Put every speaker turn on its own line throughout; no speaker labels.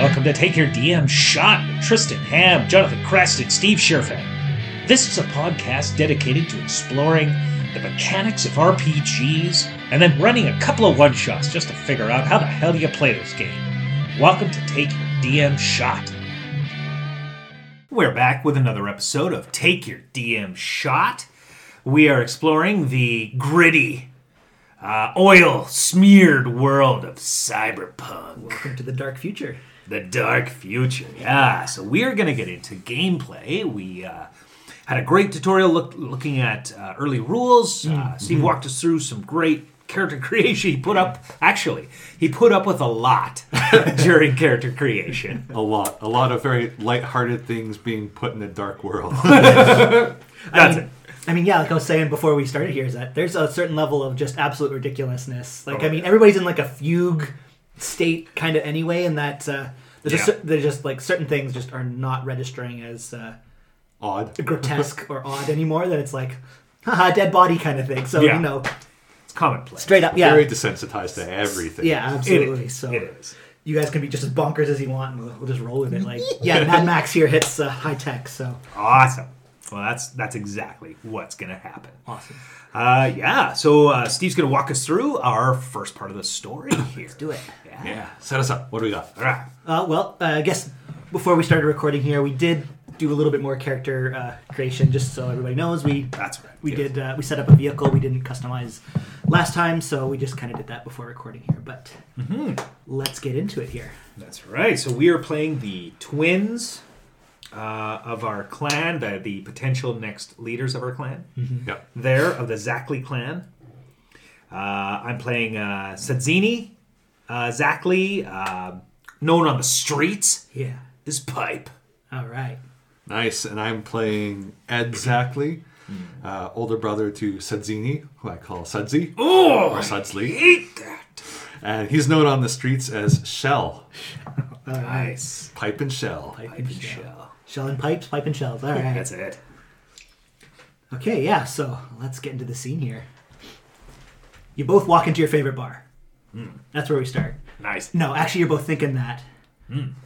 Welcome to Take Your DM Shot with Tristan Ham, Jonathan Crest, and Steve Scherfett. This is a podcast dedicated to exploring the mechanics of RPGs and then running a couple of one shots just to figure out how the hell you play this game. Welcome to Take Your DM Shot. We're back with another episode of Take Your DM Shot. We are exploring the gritty, uh, oil smeared world of cyberpunk.
Welcome to the dark future.
The dark future, yeah. So we are going to get into gameplay. We uh, had a great tutorial look, looking at uh, early rules.
Mm-hmm.
Uh, Steve walked us through some great character creation. He put up, actually, he put up with a lot during character creation.
A lot, a lot of very light-hearted things being put in the dark world.
That's
I
it.
mean, I mean, yeah, like I was saying before we started here, is that there's a certain level of just absolute ridiculousness. Like,
Oh,
I mean, everybody's in like a fugue state kind of anyway, and that uh, there's, just,
Yeah.
cer- there's just like certain things just are not registering as uh,
Odd.
grotesque or odd anymore. That it's like, haha, dead body kind of thing. So
Yeah.
you know,
It's commonplace.
straight up, yeah,
Very desensitized to everything.
yeah,
It
absolutely.
is.
so
It is.
you guys can be just as bonkers as you want, and we'll, we'll just roll with it. Like, yeah, Mad Max here hits uh, high tech, so
Awesome. Well, that's that's exactly what's going to happen.
awesome.
Uh, yeah. So uh, Steve's going to walk us through our first part of the story here. Let's
Do it.
Yeah. Set us up. What do we got?
All right.
Uh, well, uh, I guess before we started recording here, we did do a little bit more character uh, creation, just so everybody knows. We
That's right.
we
Yeah.
did uh, we set up a vehicle. We didn't customize last time, so we just kind of did that before recording here. But let's get into it here.
That's right. So we are playing the twins uh, of our clan, the, the potential next leaders of our clan.
Mm-hmm.
Yeah.
There, of the Zackley clan. Uh, I'm playing uh, Sadzini, uh, Zackley, uh, known on the streets
Yeah.
as Pipe.
All right.
Nice. And I'm playing Ed Zackley, uh, older brother to Sudzini, who I call Sudzi or
Oh,
Sudsley,
hate that.
and he's known on the streets as Shell,
Oh,
Nice.
Pipe and Shell.
Pipe and shell.
Shell and pipes, pipe and shells. All right.
That's it.
Okay. Yeah. So let's get into the scene here. You both walk into your favorite bar. That's where we start.
Nice.
No, actually, you're both thinking that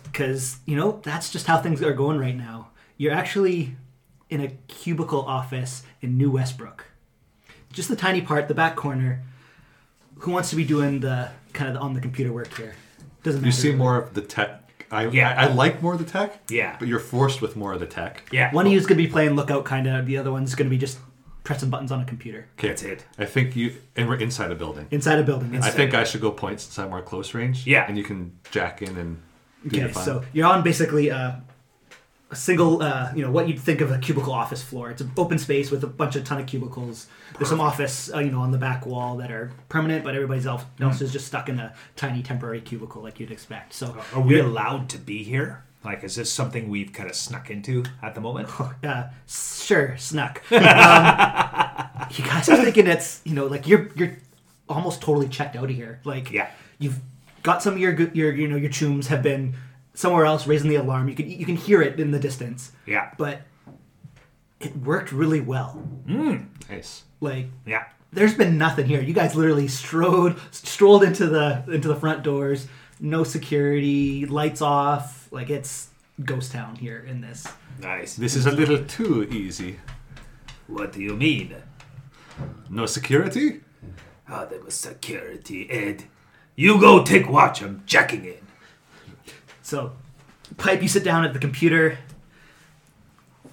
because you know that's just how things are going right now. You're actually in a cubicle office in New Westbrook, just the tiny part, the back corner. Who wants to be doing the kind of on the computer work here? Doesn't matter.
You see more of the tech. I,
Yeah.
I, I like more of the tech.
Yeah.
But you're forced with more of the tech.
Yeah.
One of you's gonna be playing lookout, kind of. The other one's gonna be just pressing buttons on a computer
Okay.
That's it.
I think you and we're inside a building.
inside a building.
I think I should go point since I'm more close range.
Yeah.
And you can jack in and do your
Okay,
fun.
so you're on basically uh, a single, uh, you know, what you'd think of a cubicle office floor. It's an open space with a bunch of ton of cubicles. There's some office, uh, you know, on the back wall that are permanent, but everybody's else, else is just stuck in a tiny temporary cubicle like you'd expect. So,
Are we allowed to be here? Like, is this something we've kind of snuck into at the moment?
uh, sure, snuck. um, you guys are thinking it's, you know, like you're you're almost totally checked out of here. Like,
Yeah.
you've got some of your good- your you know your chooms have been somewhere else raising the alarm. You can you can hear it in the distance.
Yeah.
but it worked really well.
nice.
Like
Yeah.
there's been nothing here. You guys literally strode strolled into the into the front doors, no security, lights off. Like it's ghost town here in this.
Nice.
This is a little too easy.
What do you mean?
No security?
Oh, there was security, Ed. You go take watch. I'm checking in.
So, pipe you sit down at the computer.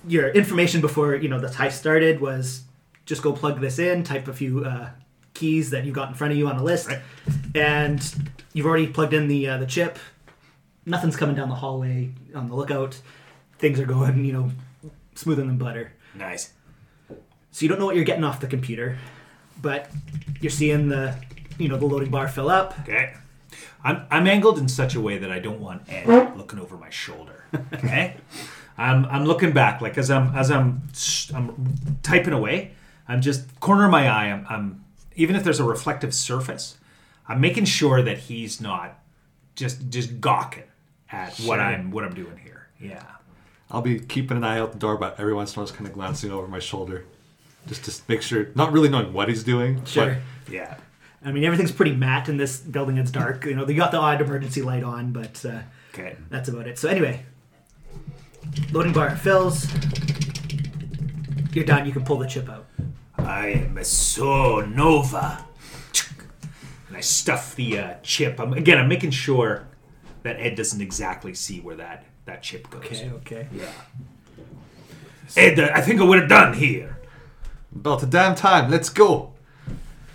Your information before you know the type started was just go plug this in, type a few uh, keys that you got in front of you on a list,
Right.
and you've already plugged in the uh, the chip. Nothing's coming down the hallway on the lookout. Things are going you know smoother than butter.
Nice.
So you don't know what you're getting off the computer, but you're seeing the you know the loading bar fill up.
Okay. I'm, I'm angled in such a way that I don't want Ed looking over my shoulder. Okay. I'm, I'm looking back, like as I'm as I'm s- I'm typing away. I'm just corner of my eye. I'm, I'm even if there's a reflective surface, I'm making sure that he's not just just gawking at what I'm what I'm doing here. Yeah.
I'll be keeping an eye out the door, but every once in a while, just kind of glancing over my shoulder, just to make sure, not really knowing what he's doing. but-
Sure.
Yeah.
I mean, everything's pretty matte in this building. It's dark. You know, they got the odd emergency light on, but uh,
Okay.
That's about it. So anyway, loading bar fills. You're done. You can pull the chip out.
I am a so nova. And I stuff the uh, chip. I'm, again, I'm making sure that Ed doesn't exactly see where that, that chip goes.
Okay.
Yeah. Ed, uh, I think I would have done here.
About the damn time. Let's go.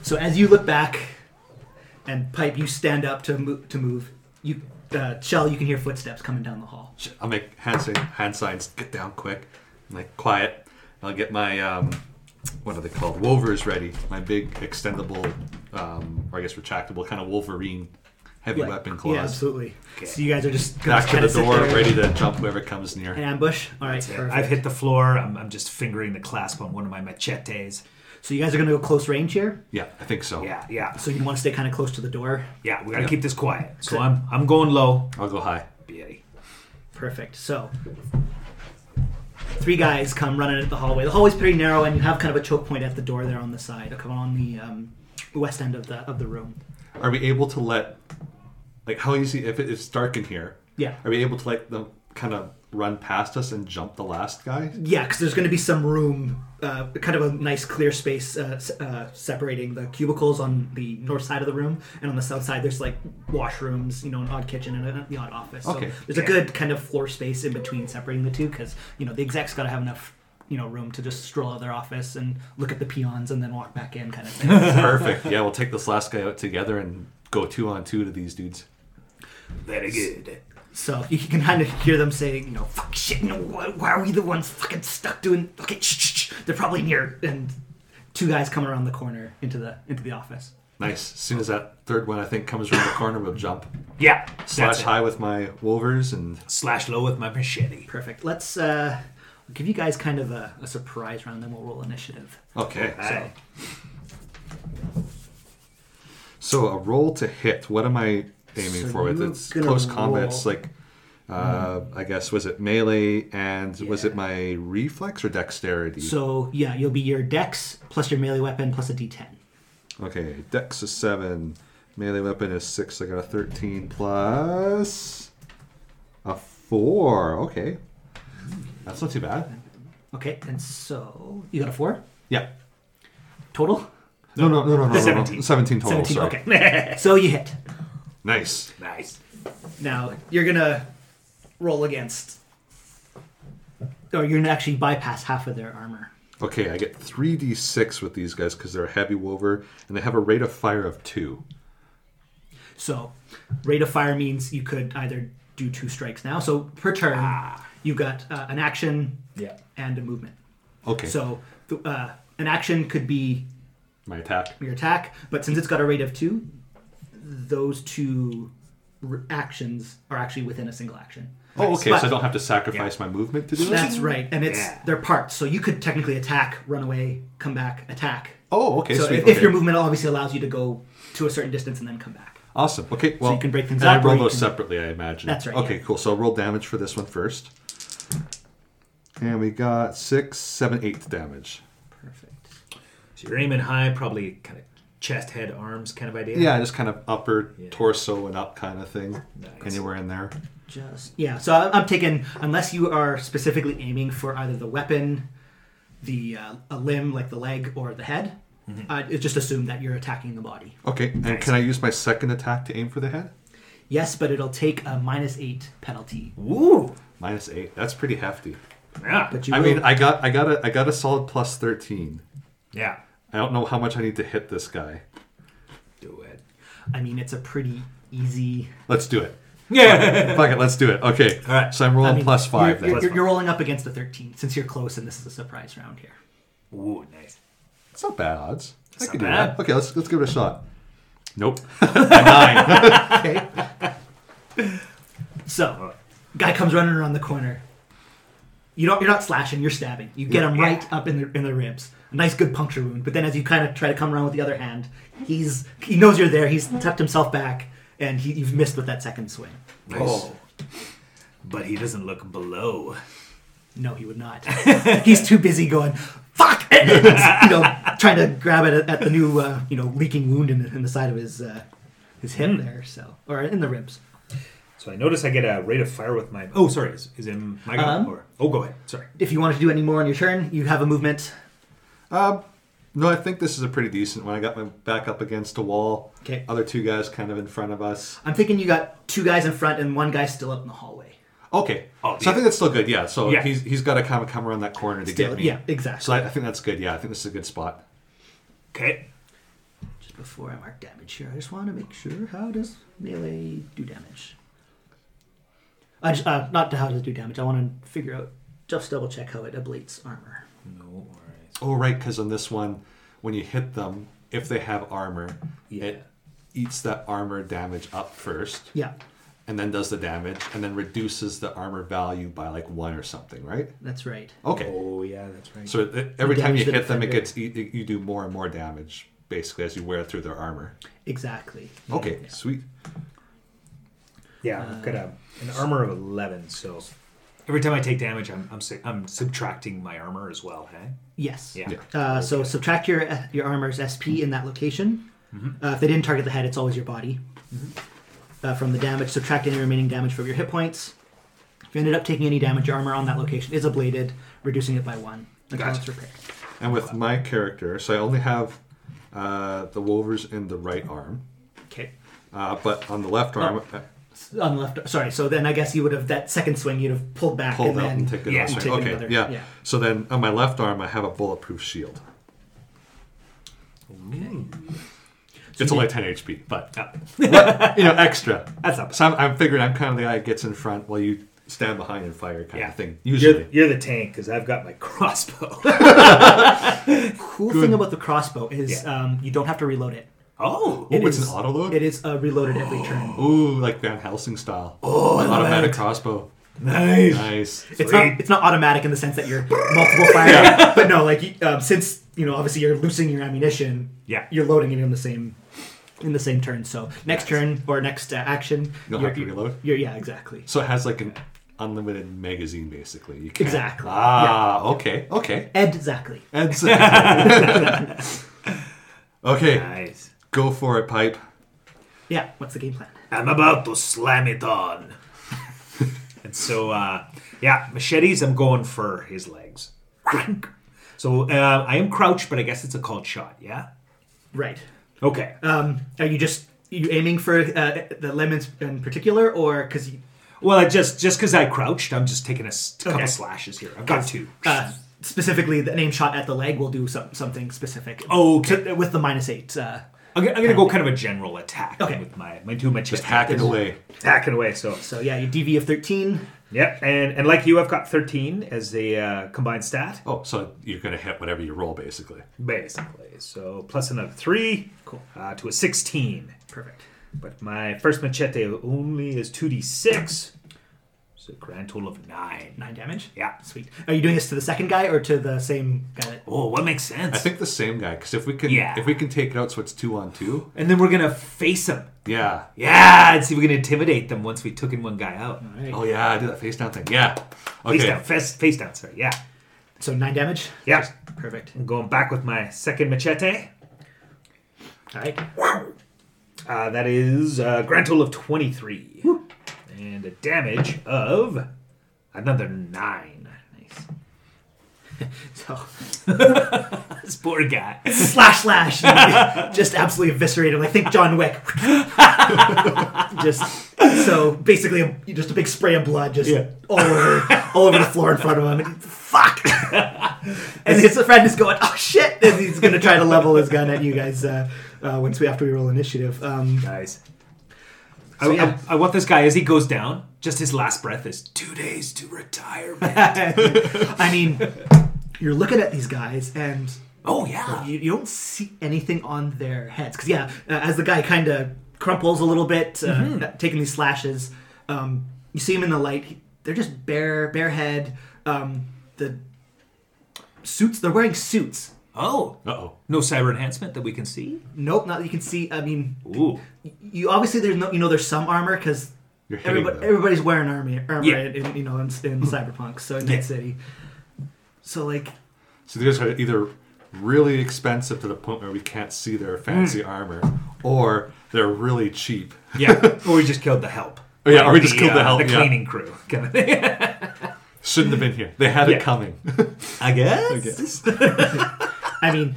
So as you look back, and pipe, you stand up to move. To move, you uh, shell. You can hear footsteps coming down the hall.
I make hand, sign, hand signs. Get down quick. I'm like quiet. I'll get my um, what are they called? Wolvers ready. My big extendable, um, or I guess retractable kind of Wolverine heavy
Like,
weapon claws.
Yeah, absolutely. So you guys are just
Back to
kinda
the
sit
door,
there
ready to jump whoever comes near.
and ambush. All right, perfect.
I've hit the floor. I'm, I'm just fingering the clasp on one of my machetes.
So you guys are gonna go close range here.
Yeah, I think so.
Yeah, yeah.
So you want to stay kind of close to the door.
Yeah, we gotta keep this quiet. So I'm I'm going low.
I'll go high.
Beauty.
Perfect. So three guys come running at the hallway. The hallway's pretty narrow, and you have kind of a choke point at the door there on the side, come on the um, west end of the of the room.
Are we able to let, like, how easy if it- it's dark in here?
Yeah.
Are we able to let them kind of run past us and jump the last guy?
Yeah, because there's going to be some room, uh, kind of a nice clear space uh, s- uh, separating the cubicles on the north side of the room, and on the south side there's like washrooms, you know, an odd kitchen and an the odd office. So
Okay.
there's a good kind of floor space in between separating the two, because you know the execs got to have enough, you know, room to just stroll out of their office and look at the peons and then walk back in, kind of thing.
Perfect. Yeah, we'll take this last guy out together and go two on two to these dudes.
Very good.
So you can kind of hear them saying, you know, fuck shit, no, why, why are we the ones fucking stuck doing? Okay, shh, shh, shh, they're probably near. And two guys come around the corner into the into the office.
Nice. As soon as that third one I think comes around the corner, we'll jump.
Yeah.
Slash
that's it.
high with my wolvers and
Slash low with my machete.
Perfect. Let's uh, give you guys kind of a, a surprise round, then we'll roll initiative.
okay.
Aye.
So a roll to hit. What am I aiming
So
for with
you're
it's
gonna
close
roll- Hmm.
combat? It's like uh, I guess was it melee and was it my reflex or dexterity?
So yeah, you'll be your dex plus your melee weapon plus a d10.
okay, dex is seven, melee weapon is six. I got a thirteen plus a four. Okay, that's not too bad.
Okay, and so you got a four
Yeah.
total.
No, no, no, no, no, no, no.
17.
17. total. Oh, sorry.
Okay, so you hit.
Nice.
Nice.
Now you're gonna roll against, or you're gonna actually bypass half of their armor.
Okay, I get 3d6 with these guys because they're a heavy wolver and they have a rate of fire of 2.
So, rate of fire means you could either do two strikes now. So per turn,
Ah.
you've got uh, an action
Yeah.
and a movement.
Okay.
So th- uh, an action could be
my attack.
your attack, but since it's got a rate of two, those two r- actions are actually within a single action.
Oh, okay,
But-
so I don't have to sacrifice my movement to do this?
That's right, and it's
Yeah.
they're parts. So you could technically attack, run away, come back, attack.
Oh, okay,
so
sweet.
if, if
okay.
your movement obviously allows you to go to a certain distance and then come back.
Awesome. Okay, well,
you can break things
and I
up or
roll
you
those
can-
separately, I imagine.
That's right,
Okay,
yeah.
cool. So I'll roll damage for this one first. And we got six, seven, eight damage.
Perfect.
So you're aiming high, probably kind of chest, head, arms kind of idea.
Yeah, just kind of upper
Yeah.
torso and up kind of thing. Anywhere in there.
Just yeah. So I- I'm taking unless you are specifically aiming for either the weapon, the uh, a limb like the leg or the head,
Mm-hmm.
I'd just assume that you're attacking the body.
Okay, and can I use my second attack to aim for the head?
Yes, but it'll take a minus eight penalty.
Ooh.
Minus eight. That's pretty hefty.
Yeah.
But you
I
will,
mean, I got I got a I got a solid plus thirteen.
yeah.
I don't know how much I need to hit this guy.
Do it.
I mean, it's a pretty easy.
Let's do it.
Yeah.
Fuck it, let's do it. Okay. All
right.
So I'm rolling
I mean,
plus five
You're,
then.
you're, you're rolling up against a thirteen since you're close, and this is a surprise round here.
Ooh, nice.
It's not bad odds. I
not
could do
bad.
that. Okay, let's let's give it a shot. Nope.
Okay. so, guy comes running around the corner. You don't. You're not slashing. You're stabbing. You get him right up in the in the ribs. A nice good puncture wound. But then as you kind of try to come around with the other hand, he's he knows you're there. He's tucked himself back, and he, you've missed with that second swing.
nice. Oh. But he doesn't look below.
No, he would not. he's too busy going. Fuck! And it's, you know, trying to grab it at, at the new, uh, you know, leaking wound in the, in the side of his uh, his hip there, so or in the ribs.
So I notice I get a rate of fire with my. Oh, sorry. Is, is it my go?
Uh-huh.
Um,
or, oh, go ahead. Sorry.
If you wanted to do any more on your turn, you have a movement.
Um, No, I think this is a pretty decent one. I got my back up against a wall.
Okay.
Other two guys kind of in front of us.
I'm thinking you got two guys in front and one guy still out in the hallway.
Okay.
Oh,
so
yeah.
I think that's still good. Yeah. So
Yeah.
he's he's got to kind of come around that corner to
Still,
get me.
yeah, exactly.
So I, I think that's good. Yeah, I think this is a good spot.
Okay.
just before I mark damage here, I just want to make sure how does melee do damage? I just, uh, not to how does it do damage. I want to figure out just double check how it ablates armor.
No worries.
Oh, right, because on this one, when you hit them, if they have armor, it eats that armor damage up first,
Yeah,
and then does the damage, and then reduces the armor value by like one or something, right?
that's right.
Okay.
Oh yeah, that's right.
So it, every time
Damage
you
the
hit them, it
defender.
gets you, you do more and more damage basically as you wear through their armor.
Exactly.
Okay, sweet.
yeah, I've got a, an armor of eleven. So every time I take damage, I'm I'm, si- I'm subtracting my armor as well. Hey.
Yes.
Yeah. Yeah.
Oh,
Uh, so subtract your your armor's SP in that location.
Mm-hmm.
Uh, if they didn't target the head, it's always your body. Uh, from the damage, subtract any remaining damage from your hit points. If you ended up taking any damage, your armor on that location is ablated, reducing it by one. Until
Gotcha.
it's repaired.
And with my character, so I only have uh, the wolvers in the right arm,
Okay.
uh, but on the left arm, uh
on the left. Sorry, so then I guess you would have that second swing. You'd have pulled back
pulled
and
out
then
and taken
yeah,
off.
taken
okay,
another-
yeah.
yeah.
So then on my left arm, I have a bulletproof shield.
So
it's
you
only
did-
10 HP, but
Ah,
you know, extra.
that's up.
So I'm, I'm figuring I'm kind of the guy that gets in front while you stand behind and fire kind
Yeah.
of thing.
You're,
Usually,
the- you're the tank because I've got my crossbow.
cool thing about the crossbow is um, you don't have to reload it.
oh,
Ooh,
It
it's
is-
an auto load?
It is uh, reloaded every turn.
ooh, like Van Helsing style. Oh, automatic crossbow.
nice.
Nice.
It's not, it's not automatic in the sense that you're multiple firing, but no, like you- um, since you know obviously you're loosening your ammunition,
Yeah.
you're loading it in the same in the same turn. So next turn or next uh, action,
You'll
you're-
have to reload?
you're- yeah, exactly.
So it has like an unlimited magazine, basically. You can't-
Exactly.
Ah, okay, okay.
Ed, exactly.
And so- okay,
Nice.
go for it, pipe.
Yeah, what's the game plan?
I'm about to slam it on. and so, uh, yeah, machetes, I'm going for his legs. So uh, I am crouched, but I guess it's a called shot, yeah?
Right.
Okay.
Um, are you just you aiming for uh, the lemons in particular, or because
well, I just just because I crouched, I'm just taking a s- couple
Okay.
slashes here. I've got two.
uh, specifically the name shot at the leg will do some, something specific?
Oh, okay.
To- with the minus eight. Uh,
I'm, gonna- I'm going to go kind of a general attack
Okay.
with my, my two machetes.
Just hack it away.
Hacking away, so.
so yeah, your DV of thirteen.
Yep, and, and like you, I've got 13 as a uh, combined stat.
Oh, so you're gonna hit whatever you roll, basically.
Basically. So plus another three.
Cool.
Uh, to a 16.
Perfect.
But my first machete only is 2d6. So a grand total of nine.
Nine damage.
Yeah.
Sweet. Are you doing this to the second guy or to the same guy? That-
Oh, what makes
I
sense?
think the same guy, because if we can,
Yeah.
if we can take it out, so it's two on two.
and then we're going to face him.
Yeah.
Yeah, and see if we can intimidate them once we took in one guy out.
Alright.
Oh yeah, I did that face down thing. Yeah. Okay.
Face down, face, face down, sorry. Yeah.
So nine damage.
Yeah.
Perfect.
I'm going back with my second machete.
All right.
Uh, that is a grand total of 23. And a damage of another nine. Nice.
So
This poor guy.
slash slash, just absolutely eviscerate him. Like think John Wick. just so basically, a, just a big spray of blood, just
Yeah.
all over, all over the floor in front of him. And he- fuck. and his friend is going, oh shit! And he's gonna try to level his gun at you guys uh, uh, once we after we roll initiative. Um,
Nice.
So,
I,
yeah.
I, I want this guy as he goes down. Just his last breath is two days to retirement.
I mean, you're looking at these guys and.
oh yeah.
You, you don't see anything on their heads because yeah, uh, as the guy kind of crumples a little bit, uh,
Mm-hmm.
taking these slashes, um, you see him in the light. He- They're just bare, bare head. Um, the suits they're wearing suits.
Oh.
Uh oh.
No cyber enhancement that we can see.
Nope, not that you can see. I mean,
Ooh.
you obviously there's no, you know there's some armor because
You're hitting
everybody,
them. Hmm.
everybody's wearing armor, armor
Yeah.
in, in, you know in, in cyberpunk, so in
Yeah.
that city. So like,
So these are either really expensive to the point where we can't Hmm. see their fancy armor, or they're really cheap.
Yeah. or we just killed the help.
Oh, yeah, or we
the,
just killed
uh,
the help. yeah.
cleaning crew. Kind of thing.
Shouldn't have been here. They had
Yeah.
it coming.
I guess.
I mean,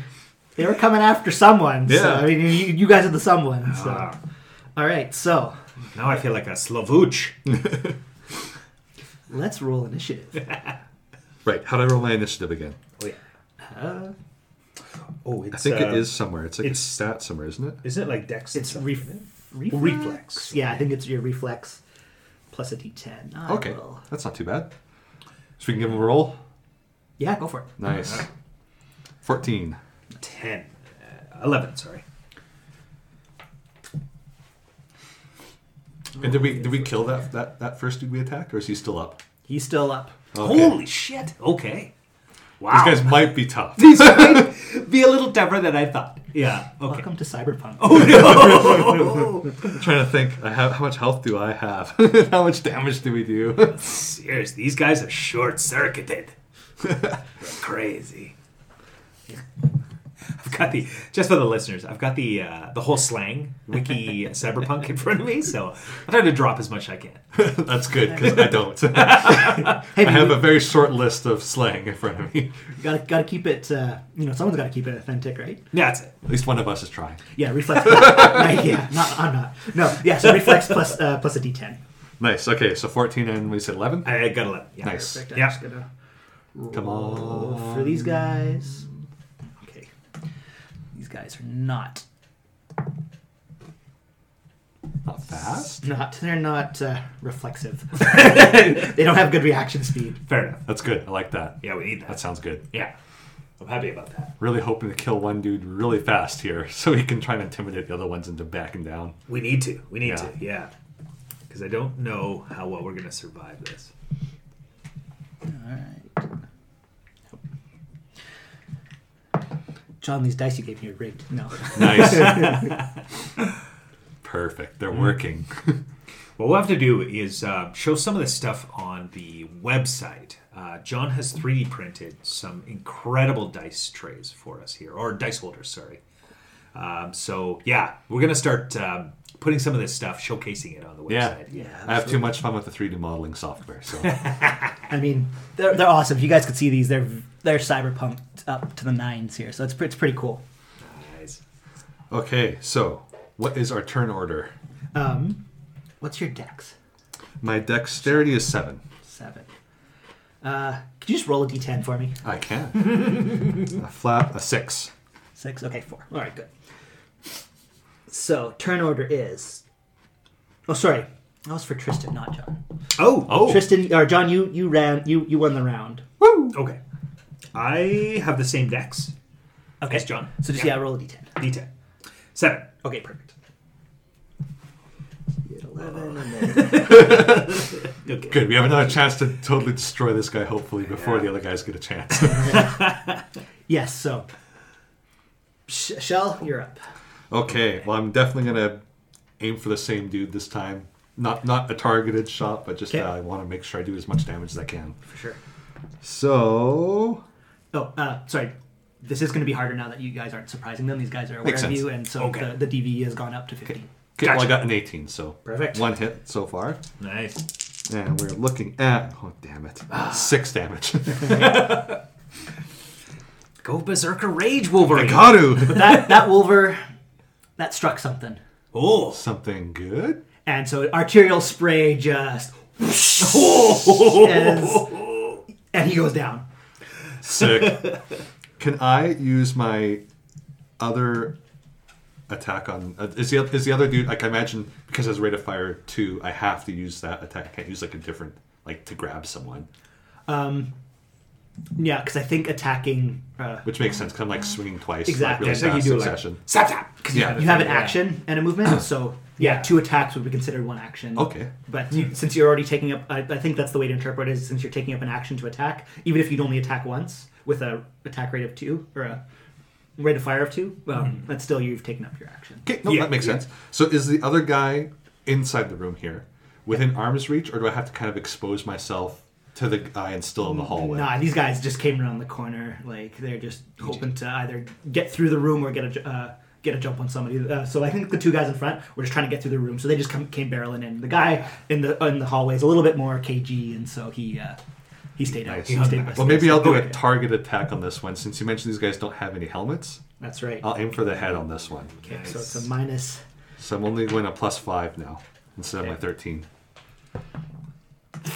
they were coming after someone. So,
Yeah.
I mean, you, you guys are the someone. So.
Ah,
All right, so
now I feel like a Slovooch.
Hmm.
let's roll initiative.
right. How do I roll my initiative again?
Oh, yeah.
Uh,
oh it's,
I think
uh,
it is somewhere. It's like
it's-
a stat somewhere, isn't it?
Isn't it like Dex? and
it's
stuff,
ref-
isn't
reflex?
Reflex.
Yeah, I think it's your reflex plus a d10. I
Okay,
will-
that's not too bad. So we can give him a roll.
Yeah, go for it.
Nice. Fourteen.
it? Ten. Uh, Eleven, sorry.
And did we did we kill that that that first dude we attacked, or is he still up?
He's still up.
Okay.
Holy shit. Okay. Wow.
These guys might be tough.
These might be a little tougher than I thought. Yeah. Okay.
Welcome to Cyberpunk. Oh,
I'm trying to think. I have how much health do I have? how much damage do we do?
Serious. These guys are short circuited. Crazy. I've got the just for the listeners. I've got the uh, the whole slang wiki cyberpunk in front of me, so I try to drop as much as I can.
that's good because I don't.
Hey,
I
man,
have a very short list of slang in front of me.
you gotta gotta keep it. Uh, you know, someone's gotta keep it authentic, right?
Yeah, That's it.
At least one of us is trying.
Yeah, reflex. right, yeah, not, I'm not. No, yeah. So reflex plus uh, plus a d10.
Nice. Okay, so 14 and we said 11.
I got eleven. Yeah.
Nice.
Perfect. I'm
Yeah.
just gonna
Come
roll
on.
for these guys. Okay, these guys are not
Not fast.
not they're not uh, reflexive. they don't have good reaction speed.
Fair enough.
That's good. I like that.
Yeah, we need that.
That sounds good.
yeah, I'm happy about that.
Really hoping to kill one dude really fast here so he can try and intimidate the other ones into backing down.
We need to. We need
Yeah.
to. Yeah. Because I don't know how well we're gonna survive this.
Alright. John, these dice you gave me are rigged. No.
Nice. Perfect. They're working.
What we'll have to do is uh, show some of this stuff on the website. Uh, John has 3D printed some incredible dice trays for us here, or dice holders, sorry. Um, so, yeah, we're going to start um, putting some of this stuff, showcasing it on the
Yeah.
website.
Yeah,
I have too much fun with the 3D modeling software, so
I mean, they're, they're awesome. If you guys could see these, they're they're cyberpunk up to the nines here, so it's pre- it's pretty cool.
Guys.
Okay, so what is our turn order?
Um, what's your dex?
My dexterity is seven.
Seven. Uh, could you just roll a d10 for me?
I can. a flap, a six.
Six. Okay, four. All right, good. So turn order is. Oh, sorry. That was for Tristan, not John.
Oh, oh,
Tristan or John, you you ran you you won the round.
okay. I have the same decks
Okay,
as John.
So just yeah, roll a d10.
D10. Seven.
Okay, perfect. You get 11 and
Okay.
Good. We have another chance to totally destroy this guy, hopefully, before the other guys get a chance.
Yes, so. Sh- Shell, you're up.
okay. Well, I'm definitely gonna aim for the same dude this time. Not not a targeted shot, but just
Okay.
uh, I want to make sure I do as much damage as I can.
For sure.
So
Oh, uh, sorry. This is going to be harder now that you guys aren't surprising them. These guys are aware
Makes
of
sense.
you, and so
Okay.
the, the DVE has gone up to 15.
okay, well, I
Gotcha.
got an 18, so
Perfect.
One hit so far,
Nice.
and we're looking at oh damn it, six damage.
Go Berserker Rage Wolverine.
Karu,
That, that Wolver, that struck something.
Oh.
something good.
And so arterial spray just. as- and he goes down.
Sick. Can I use my other attack on? Uh, is the is the other dude? Like I imagine because as rate of fire two, I have to use that attack. I can't use like a different like to grab someone,
Yeah, because I think attacking. Uh,
which makes sense. Cause I'm like swinging twice,
Exactly.
Like,
It's
really
like you
fast
do like
succession.
zap zap. 'Cause
Yeah.
you have an
yeah.
action and a movement, so yeah,
Yeah.
two attacks would be considered one action.
Okay.
But you, since you're already taking up, I, I think that's the way to interpret it. Is since you're taking up an action to attack, even if you'd only attack once with a attack rate of two or a rate of fire of two, well,
Mm-hmm.
that's still you've taken up your action.
Okay, no,
Yeah,
that makes
yeah.
sense. So is the other guy inside the room here, within arm's reach, or do I have to kind of expose myself to the guy and still in the hallway?
Nah, these guys just came around the corner, like they're just hoping to either get through the room or get a j- uh, get a jump on somebody. Uh, so I think the two guys in front were just trying to get through the room, so they just come, came barreling in. The guy in the in the hallway is a little bit more KG, and so he uh, he stayed out.
Nice.
He stayed
Well, maybe I'll do
do
a target attack on this one since you mentioned these guys don't have any helmets.
That's right.
I'll aim for the head on this one.
Okay, so it's
Nice.
a minus.
So I'm only going to plus five now instead of my 13.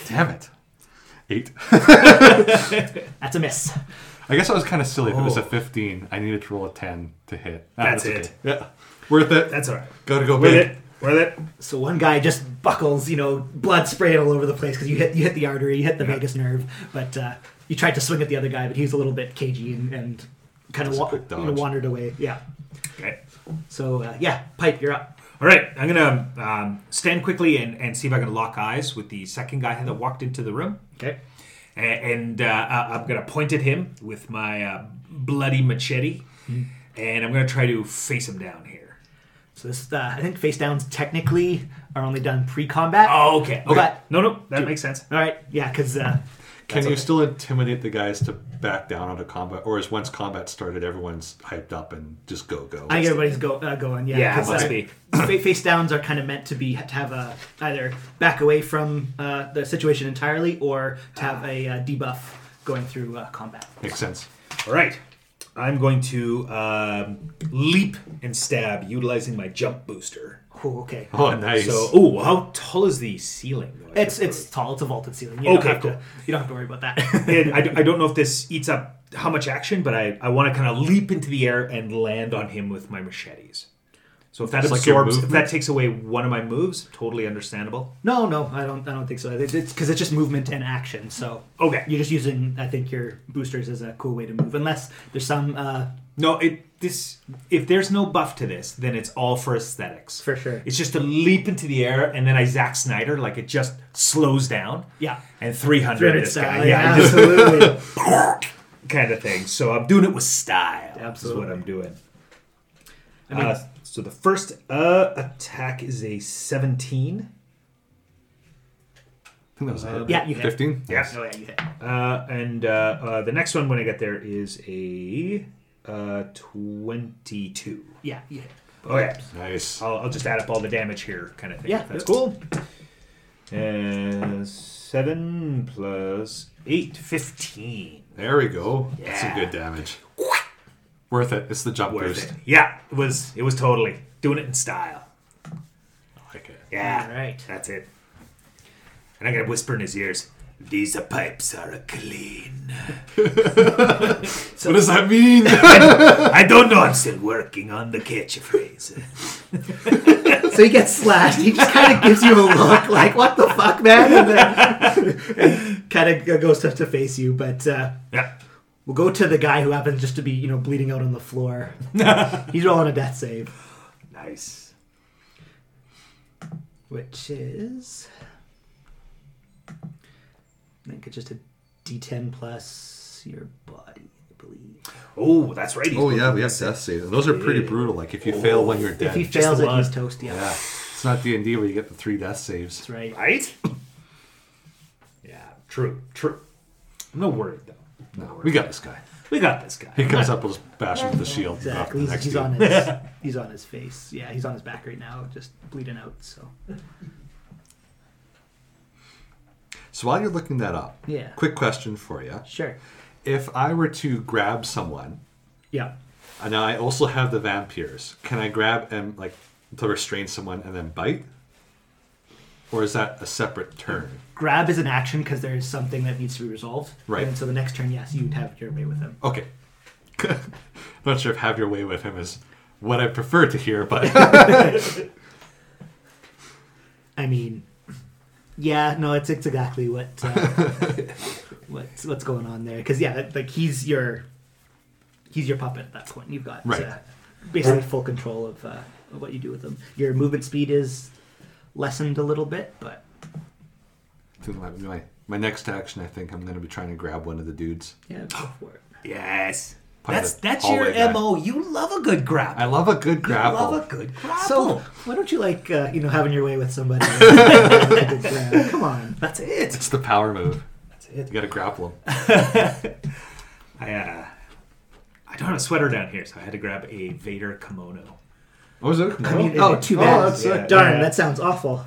Damn it. Eight.
That's a miss.
I guess I was kind of silly. If it was a
Oh.
15, I needed to roll a 10 to hit. Ah,
That's
okay. Yeah. Worth it.
That's all right.
Gotta go
With
big.
it. With it.
So one guy just buckles, you know, blood spraying all over the place because you hit you hit the artery, you hit the vagus nerve, but uh, you tried to swing at the other guy, but he was a little bit cagey and, and kind of
Just a
wa-
quick
you know,
dodge.
wandered away. Yeah.
Okay.
So uh, yeah, pipe, you're up.
All right, I'm gonna um, stand quickly and, and see if I can lock eyes with the second guy that walked into the room,
Okay.
A- and uh, I- I'm gonna point at him with my uh, bloody machete, and I'm gonna try to face him down here.
So this, uh, I think face downs technically are only done pre-combat.
Oh, okay. okay.
But-
no, no, that makes sense.
All right. Yeah, because uh,
Can you still intimidate the guys to back down out of combat? Or is once combat started, everyone's hyped up and just go, go?
I think everybody's go, uh, going. Yeah.
Yeah,
'cause,
must
uh,
be.
fa- face downs are kind of meant to be to have a either back away from uh, the situation entirely or to have a uh, debuff going through uh, combat.
Makes sense.
All right, I'm going to um, leap and stab utilizing my jump booster.
Oh, okay.
Oh, nice.
So, oh, how tall is the ceiling? though? I should
It's it's tall. It's a vaulted ceiling. You
Okay,
don't have
cool.
to, You don't have to worry about that.
And I, I don't know if this eats up how much action, but I, I want to kind of leap into the air and land on him with my machetes. So if that
It's like your
absorbs, if
movement?
that takes away one of my moves, totally understandable.
no, no, I don't. I don't think so. It- It's because it's just movement and action. So
Okay.
you're just using. I think your boosters as a cool way to move, unless there's some uh,
No, it this if there's no buff to this, then it's all for aesthetics.
For sure.
It's just a leap into the air, and then I Zack Snyder like it just slows down.
yeah.
And 300,
300
this
style.
guy.
yeah,
Yeah, just
absolutely. Oh,
kind of thing. So I'm doing it with style. Absolutely.
Absolutely.
Is what I'm doing.
I mean-
Uh, so the first uh, attack is a 17.
I think that was it.
yeah, you hit.
15?
Yes.
Oh yeah, you hit.
Uh, and uh, uh, the next one when I get there is a uh, 22.
Oh, Yeah, you hit.
Okay.
Nice.
I'll, I'll just add up all the damage here, kind of thing.
Yeah,
that's
do it.
cool. Uh, 7 plus 8, 15.
There we go. That's some
Yeah.
good damage. Worth it. It's the jump
Worth
boost.
it. Yeah, it was, it was totally doing it in style.
I like it.
Yeah.
All right.
That's it. And I gotta whisper in his ears, these pipes are clean.
what does that mean?
I don't know, I'm still working on the catchphrase.
So he gets slashed. He just kind of gives you a look like, "What the fuck, man?" And then kind of goes to, to face you. But uh,
yeah.
we'll go to the guy who happens just to be, you know, bleeding out on the floor. He's rolling a death save,
Nice.
which is, I think it's just a D10 plus your body, I believe.
Oh, that's right. he's
oh,
working
yeah, we
with
have
the-
death saves. And those are pretty brutal. Like, if you fail one, you're
If
dead.
he
the
fails it,
one.
he's toast. Yeah,
yeah. It's not D&D where you get the three death saves.
that's right.
Right? yeah, true, true. I'm not worried, though.
No, we got this guy.
We got this guy.
He comes up, we'll just bash him with the shield. and knock
Exactly.
the
He's,
next
he's
dude.
on his he's on his face. Yeah, he's on his back right now, just bleeding out. So
So while you're looking that up,
Yeah.
quick question for you.
sure.
If I were to grab someone,
Yeah.
and I also have the vampires, can I grab and, like, to restrain someone and then bite? Or is that a separate turn?
Grab is an action because there is something that needs to be resolved.
Right.
And so the next turn, yes, you'd have your way with him.
Okay. Not sure if have your way with him is what I prefer to hear, but
I mean, yeah, no, it's, it's exactly what uh, what's what's going on there. Because yeah, that- like he's your he's your puppet at that point. You've got
Right.
uh, basically full control of, uh, of what you do with him. Your movement speed is lessened a little bit, but
my, my, my next action, I think I'm going to be trying to grab one of the dudes.
yeah, go for it.
Yes.
Part
That's
of the
that's
hallway
your
guy.
MO. You love a good grapple.
I love a good
I
grapple.
love a good grapple.
So why don't you like uh, you know having your way with somebody? Come on,
that's it.
it's the power move.
That's it.
You got to grapple him.
I, uh, I don't have a sweater down here, so I had to grab a Vader kimono.
What was it?
I mean, oh, too bad.
that's uh,
Yeah.
it.
Darn,
Yeah.
that sounds awful.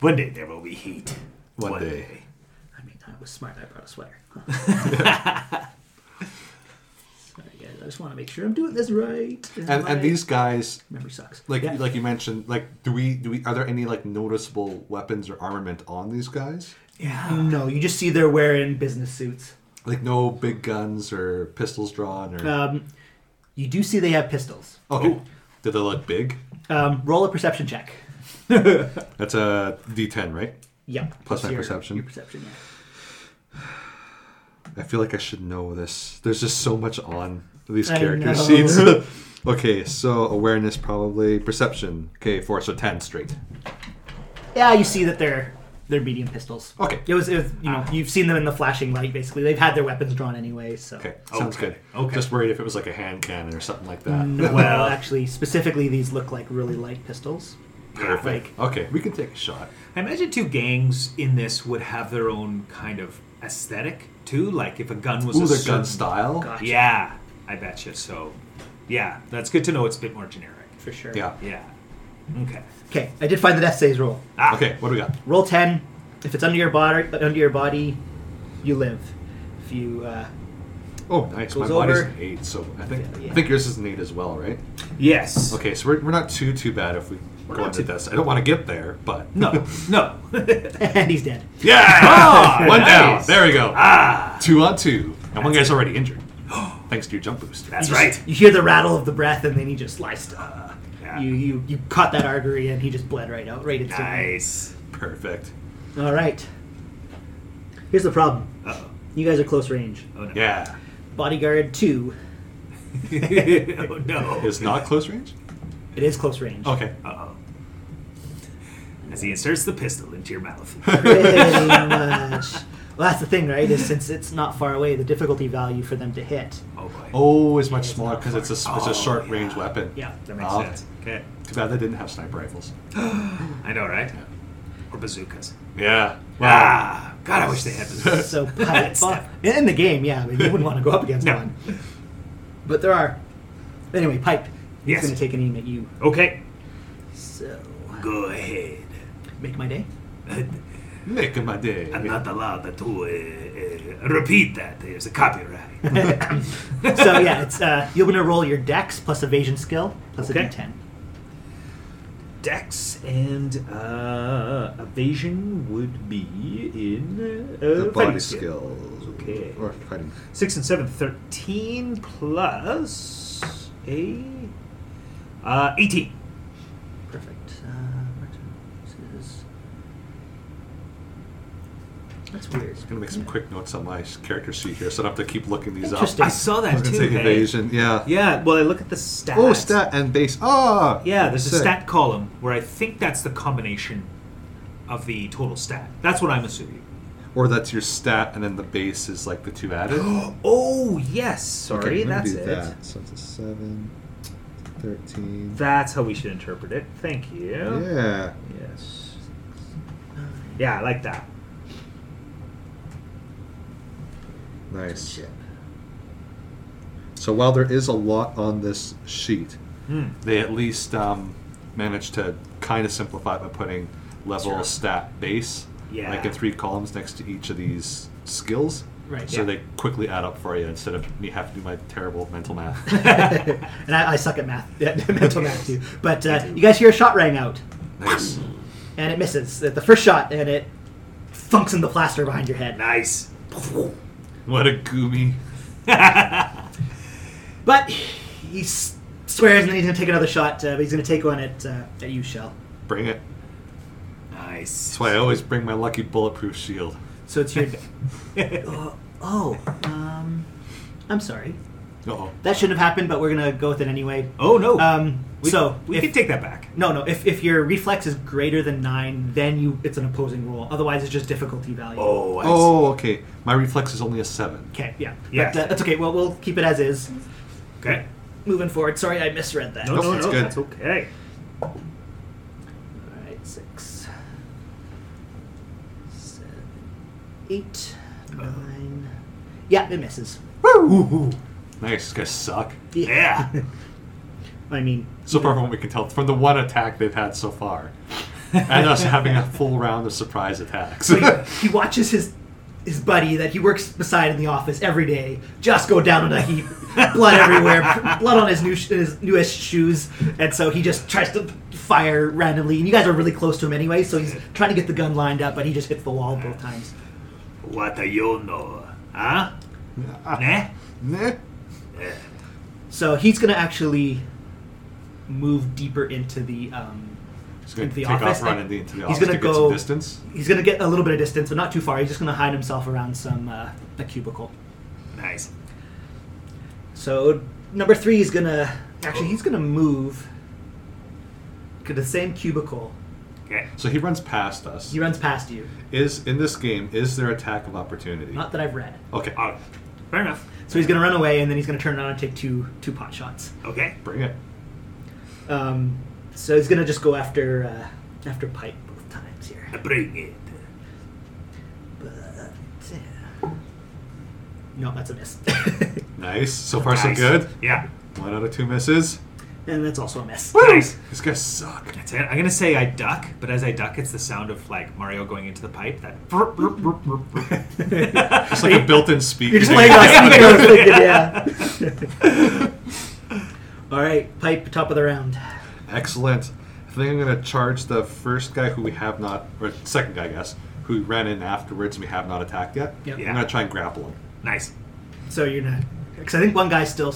One day there will be heat.
One day.
I mean, I was smart. I brought a sweater. All right, guys. I just want to make sure I'm doing this right.
And,
My
and these guys,
memory sucks.
like
Yeah.
like you mentioned, like do we do we are there any like noticeable weapons or armament on these guys?
no, you just see they're wearing business suits.
Like no big guns or pistols drawn or
Um, you do see they have pistols.
okay. Do they look big?
Um, roll a perception check.
That's a D10, right?
Yep.
Plus my
your-
perception.
Your perception. Yeah.
I feel like I should know this. There's just so much on these
I
character
know.
sheets. okay, so awareness probably perception. Okay, four so ten straight.
Yeah, you see that they're they're medium pistols.
Okay.
It was, it was you know you've seen them in the flashing light. Basically, they've had their weapons drawn anyway. So
Okay, sounds
Okay,
good.
okay.
Just worried if it was like a hand cannon or something like that.
No,
Well-
actually, specifically these look like really light pistols.
Perfect. Okay, we can take a shot.
I imagine two gangs in this would have their own kind of aesthetic too. Like if a gun was
Ooh,
a
their
certain-
gun style.
Gotcha.
Yeah, I bet you. So, yeah, that's good to know. It's a bit more generic.
For sure.
Yeah.
Yeah. Okay.
Okay, I did find the death saves roll.
Ah,
Okay, what do we got?
Roll ten. If it's under your body, under your body, you live. If you uh,
Oh, nice. My
Goes
body's
over.
an eight, so I think
Yeah.
I think yours is an eight as well, right?
Yes.
Okay, so we're, we're not too too bad if we go
not
into
too-
this. I don't want to get there, but
No. No.
and he's dead.
yeah, one down.
nice.
There we go. Ah, two on two, and one guy's already injured. Thanks to your jump boost.
that's
You just-
right.
You hear the rattle of the breath, and then he just sliced. Uh,
Yeah.
You you you caught that artery, and he just bled right out, right instantly.
Nice.
Perfect.
All right. Here's the problem.
Uh-oh.
You guys are close range.
Oh no.
Yeah,
Bodyguard two.
oh no.
it's not close range.
It is close range.
Okay.
Uh oh. As he inserts the pistol into your mouth.
Pretty much. Well, that's the thing, right? Is since it's not far away, the difficulty value for them to hit.
Oh boy.
Oh, is much smaller because it's a s- it's
Oh,
a short range
yeah.
weapon.
Yeah.
That makes
Oh.
sense. Okay.
Too bad they didn't have sniper rifles.
I know, right? Or bazookas.
Yeah.
Ah, God, I wish they had bazookas.
So
That's
pilot in in the game, yeah, I mean, you wouldn't want to go up against
No.
one. But there are. Anyway, pipe. He's
Yes.
going to take an aim at you.
Okay.
So
Go ahead.
make my day.
Making my day.
I'm not allowed to uh, uh, repeat that. There's a copyright.
So yeah, it's uh, you're going to roll your dex plus evasion skill plus
Okay.
a d10.
Dex and uh, evasion would be in uh,
The
fighting
body skills.
Okay.
Or fighting.
Six and seven, 13 plus a uh, 18.
Perfect. Uh, this is- that's weird.
I'm gonna make some quick notes on my character sheet here, so I don't have to keep looking these
Interesting.
up.
I saw
I was
that
gonna
too.
say
hey?
evasion. Yeah.
Yeah, well, I look at the stats.
Oh, stat and base. Ah.
Yeah, there's a
Sick.
stat column where I think that's the combination of the total stat. That's what I'm assuming.
Or that's your stat, and then the base is like the two added. Okay,
Oh, yes. Sorry,
let
that's
me do
it.
that. So it's a seven, 13.
That's how we should interpret it. Thank you.
yeah.
Yes.
Uh,
Yeah, I like that.
Nice. So while there is a lot on this sheet,
Hmm.
they at least um, managed to kind of simplify it by putting level,
Sure.
stat, base,
Yeah.
like in three columns next to each of these skills.
Right.
So
Yeah.
they quickly add up for you instead of me having to do my terrible mental math.
and I, I suck at math, yeah, mental math too. But uh, you guys hear a shot rang out,
nice.
and it misses at the first shot, and it thunks in the plaster behind your head.
Nice.
What a goomy.
But he s- swears, and then he's gonna take another shot. Uh, but he's gonna take one at uh, at you, Shell.
Bring it.
Nice.
That's why I always bring my lucky bulletproof shield.
So it's your. Uh, oh, um, I'm sorry.
Uh-oh.
That shouldn't have happened, but we're gonna go with it anyway.
Oh no.
Um,
we,
so
we
if-
can take that back.
No, no. If, if your reflex is greater than nine, then you it's an opposing roll. Otherwise, it's just difficulty value.
Oh. I
Oh, okay. My reflex is only a seven.
Okay, yeah.
Yes.
But, uh, that's okay. Well, we'll keep it as is.
see. Okay.
Moving forward. Sorry, I misread that.
No,
Nope,
no,
that's
no,
good.
That's okay.
All right, six,
Uh-huh.
seven, eight, nine, Yeah, it misses.
Nice, these guys suck.
Yeah.
I mean,
So far from what we can tell, from the one attack they've had so far, and us having a full round of surprise attacks.
but he watches his his buddy that he works beside in the office every day just go down in a heap, blood everywhere, blood on his new sh- his newest shoes, and so he just tries to fire randomly. And you guys are really close to him anyway, so he's trying to get the gun lined up, but he just hits the wall both times.
what do you know? Huh? Nah?
Nah.
So he's gonna actually move deeper into the. Um,
He's going to
Into the
take
office,
off running
and
into the into the
he's
office
gonna
to get
go-
some distance.
he's gonna get a little bit of distance, but not too far. He's just gonna hide himself around some uh, a cubicle.
Nice.
So number three is gonna actually he's gonna move to the same cubicle.
Okay.
So he runs past us.
He runs past you.
Is in this game is there attack of opportunity?
Not that I've read.
Okay,
Oh, fair enough.
So he's gonna run away and then he's gonna turn around and take two two pot shots.
Okay.
bring it.
Um, so he's gonna just go after uh, after pipe both times here.
Bring it.
But, yeah. No, that's a miss.
Nice. So far so
Nice.
good.
Yeah.
One out of two misses.
and that's also a miss.
Nice.
These guys suck.
That's it. I'm gonna say I duck, but as I duck, it's the sound of like Mario going into the pipe. That. burp, burp, burp, burp, burp.
It's like a built-in speaker.
You're just laying on speaker. I was thinking, yeah. All right, pipe top of the round.
Excellent. I think I'm gonna charge the first guy who we have not, or second guy, I guess, who ran in afterwards and we have not attacked yet.
Yep.
Yeah.
I'm gonna try and grapple him.
Nice.
So you're not because I think one guy's still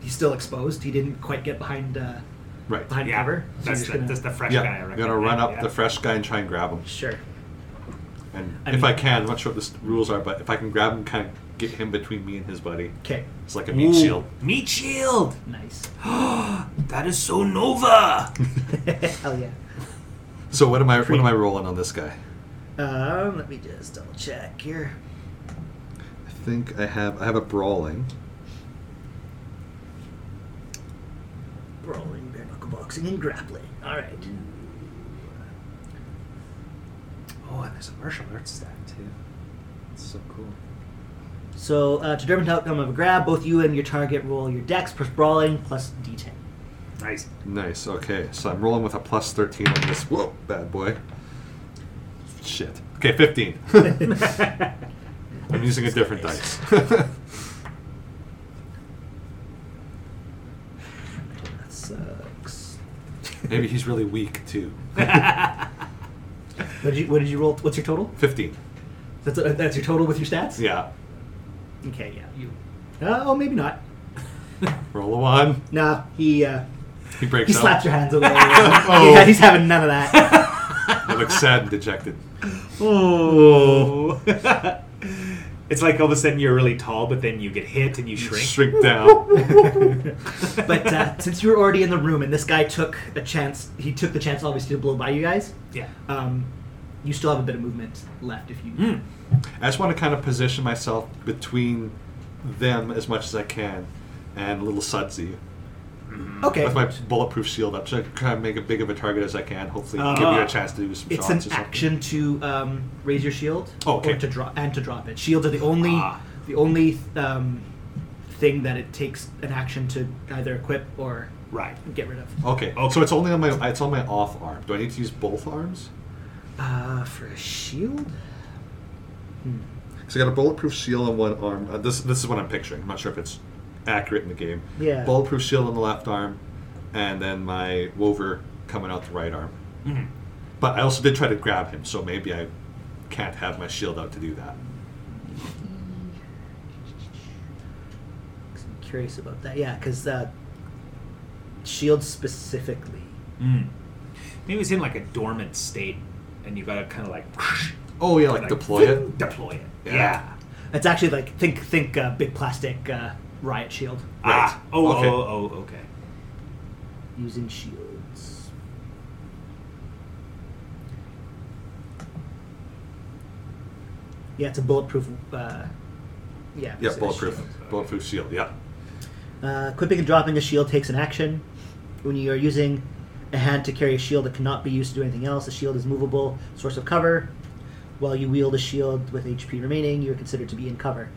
he's still exposed. He didn't quite get behind uh,
Right.
behind
Yeah.
cover. So
That's,
you're just
the,
gonna-
that's the fresh
Yeah.
guy. I
I'm
reckon.
gonna run
Yeah,
up
yeah.
the fresh guy and try and grab him.
sure.
And
I
if
mean-
I can, I'm not sure what the s- rules are, but if I can grab him, kind of get him between me and his buddy.
Okay,
It's like a meat
Ooh,
shield.
Meat shield.
nice.
That is so Nova.
Hell yeah.
So what am I? What am I rolling on this guy?
Um, let me just double check here.
I think I have. I have a brawling.
Brawling, bare knuckle boxing, and grappling. All right.
oh, and there's a martial arts stack too. It's so cool.
So uh, to determine the outcome of a grab, both you and your target roll your dex plus brawling plus d10.
Nice.
Nice. Okay, so I'm rolling with a plus 13 on this. Whoa, bad boy. Shit. Okay, 15. I'm using a different dice.
That sucks.
Maybe he's really weak too.
What did you What did you roll? What's your total?
15.
That's uh that's your total with your stats.
Yeah.
Okay. Yeah. You. Uh, oh, maybe not.
Roll a one.
Nah. He. Uh,
He breaks
He
up.
slaps your hands away.
Oh.
yeah, he's having none of that.
I look sad and dejected.
Oh. it's like all of a sudden you're really tall, but then you get hit and you shrink.
Shrink down.
But uh, since you were already in the room and this guy took a chance, he took the chance obviously to blow by you guys.
Yeah.
Um, you still have a bit of movement left if you.
Mm.
Hmm. I just want to kind of position myself between them as much as I can and little Sudsy.
mm-hmm.
Okay.
With my bulletproof shield up, so I can kind of make as big of a target as I can. Hopefully,
Uh,
give you a chance to do some
Uh-huh. It's
shots or
an
something.
action to um, raise your shield
Oh, okay.
or to drop and to drop it. Shields are the only
Ah.
the only um, thing that it takes an action to either equip or
Right.
get rid of.
Okay.
Okay.
So it's only on my it's on my off arm. Do I need to use both arms?
Uh, for a shield, Hmm.
Because I got a bulletproof shield on one arm. Uh, this this is what I'm picturing. I'm not sure if it's accurate in the game.
Yeah.
Bulletproof shield on the left arm, and then my wover coming out the right arm.
Mm-hmm.
But I also did try to grab him, so maybe I can't have my shield out to do that.
'Cause I'm curious about that. Yeah, because uh, shields specifically.
Mm. Maybe it's in like a dormant state, and you gotta kind of like,
Oh yeah, like, deploy it.
Deploy it.
Yeah.
Yeah.
It's actually like think think uh, big plastic uh, riot shield
Ah. Oh,
Okay.
oh. Oh. oh, Okay.
using shields. Yeah, it's a bulletproof. Uh, yeah.
Yeah,
it's a
bulletproof.
shield.
Bulletproof shield. Yeah.
Uh, equipping and dropping a shield takes an action. When you are using a hand to carry a shield that cannot be used to do anything else, the shield is movable, source of cover. While you wield a shield with HP remaining, you are considered to be in cover.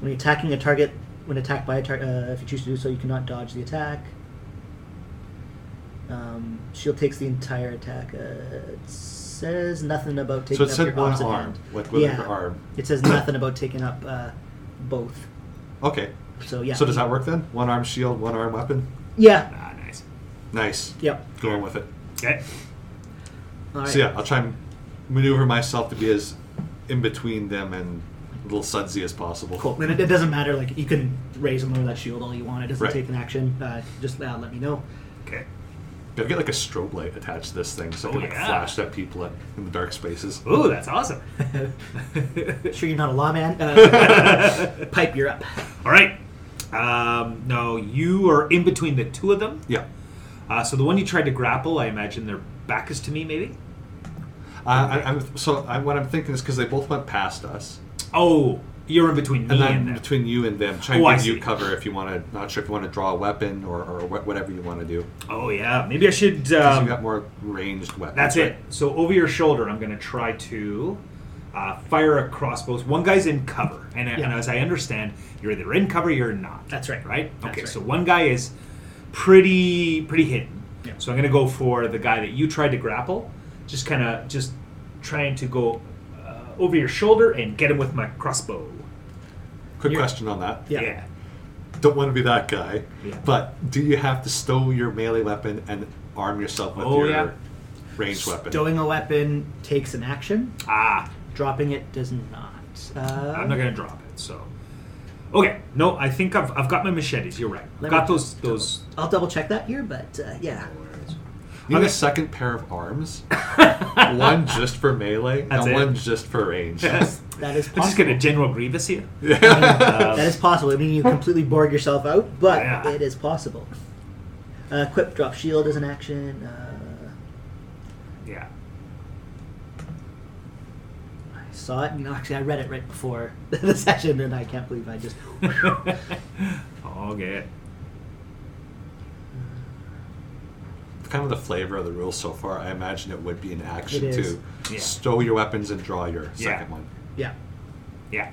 When attacking a target, when attacked by a target, uh, if you choose to do so, you cannot dodge the attack. Um, shield takes the entire attack. Uh, it says nothing about taking
So it
up
said
your
one
opposite
arm,
hand.
like with
yeah,
your arm.
It says nothing about taking up uh, both.
Okay.
So yeah.
So does that work then? One arm shield, one arm weapon.
Yeah.
Ah, nice.
Nice.
Yep.
Going with it.
Okay.
All right.
So yeah, I'll try and maneuver myself to be as in between them and little sudsy as possible.
Cool. And it, it doesn't matter. Like you can raise and lower that shield all you want. It doesn't
Right.
take an action. Uh, just uh, let me know.
Okay.
Gotta get like a strobe light attached to this thing so I
Oh,
can like,
yeah.
flash at people at, in the dark spaces.
Ooh, that's awesome.
Sure, you're not a lawman. Uh, pipe, you're up.
All right. Um, now you are in between the two of them.
Yeah.
Uh, so the one you tried to grapple, I imagine their back is to me, maybe.
Uh, I, I'm, so I, what I'm thinking is because they both went past us,
Oh, you're in between me
and
and,
then
them.
between you and them, trying
Oh, I
to give you
see.
cover if you want to. Not sure if you want to draw a weapon or, or wha- whatever you want to do.
oh yeah, maybe I should.
'Cause
Um,
you got more ranged weapons.
That's
right?
it. So over your shoulder, I'm going to try to uh, fire a crossbow. One guy's in cover, and, and
Yeah.
as I understand, you're either in cover, or you're not.
That's right.
Right.
That's
okay.
right.
So one guy is pretty pretty hidden.
Yeah.
So I'm going to go for the guy that you tried to grapple. Just kind of just trying to go uh, over your shoulder and get him with my crossbow.
Quick
You're-
question on that.
Yeah.
Don't want to be that guy.
Yeah.
But do you have to stow your melee weapon and arm yourself with
Oh,
your
yeah.
ranged weapon?
Stowing a weapon takes an action.
Ah,
Dropping it does not. Uh,
I'm not going to drop it. So. Okay. No, I think I've, I've got my machetes. You're right. I've
Let
got
me-
those those.
I'll double check that here, but uh, yeah.
You need
Okay.
a second pair of arms. one just for melee
That's
and
it.
one just for range.
That is
I'm just
possible.
gonna General Grievous here.
that is possible. I mean, you completely bored yourself out, but
Yeah.
it is possible. Uh, equip drop shield is an action. Uh,
Yeah.
I saw it, and actually, I read it right before the session, and I can't believe I just.
okay.
kind of the flavor of the rules so far. I imagine it would be an action
It is.
to
Yeah.
stow your weapons and draw your
Yeah.
second one.
Yeah.
Yeah.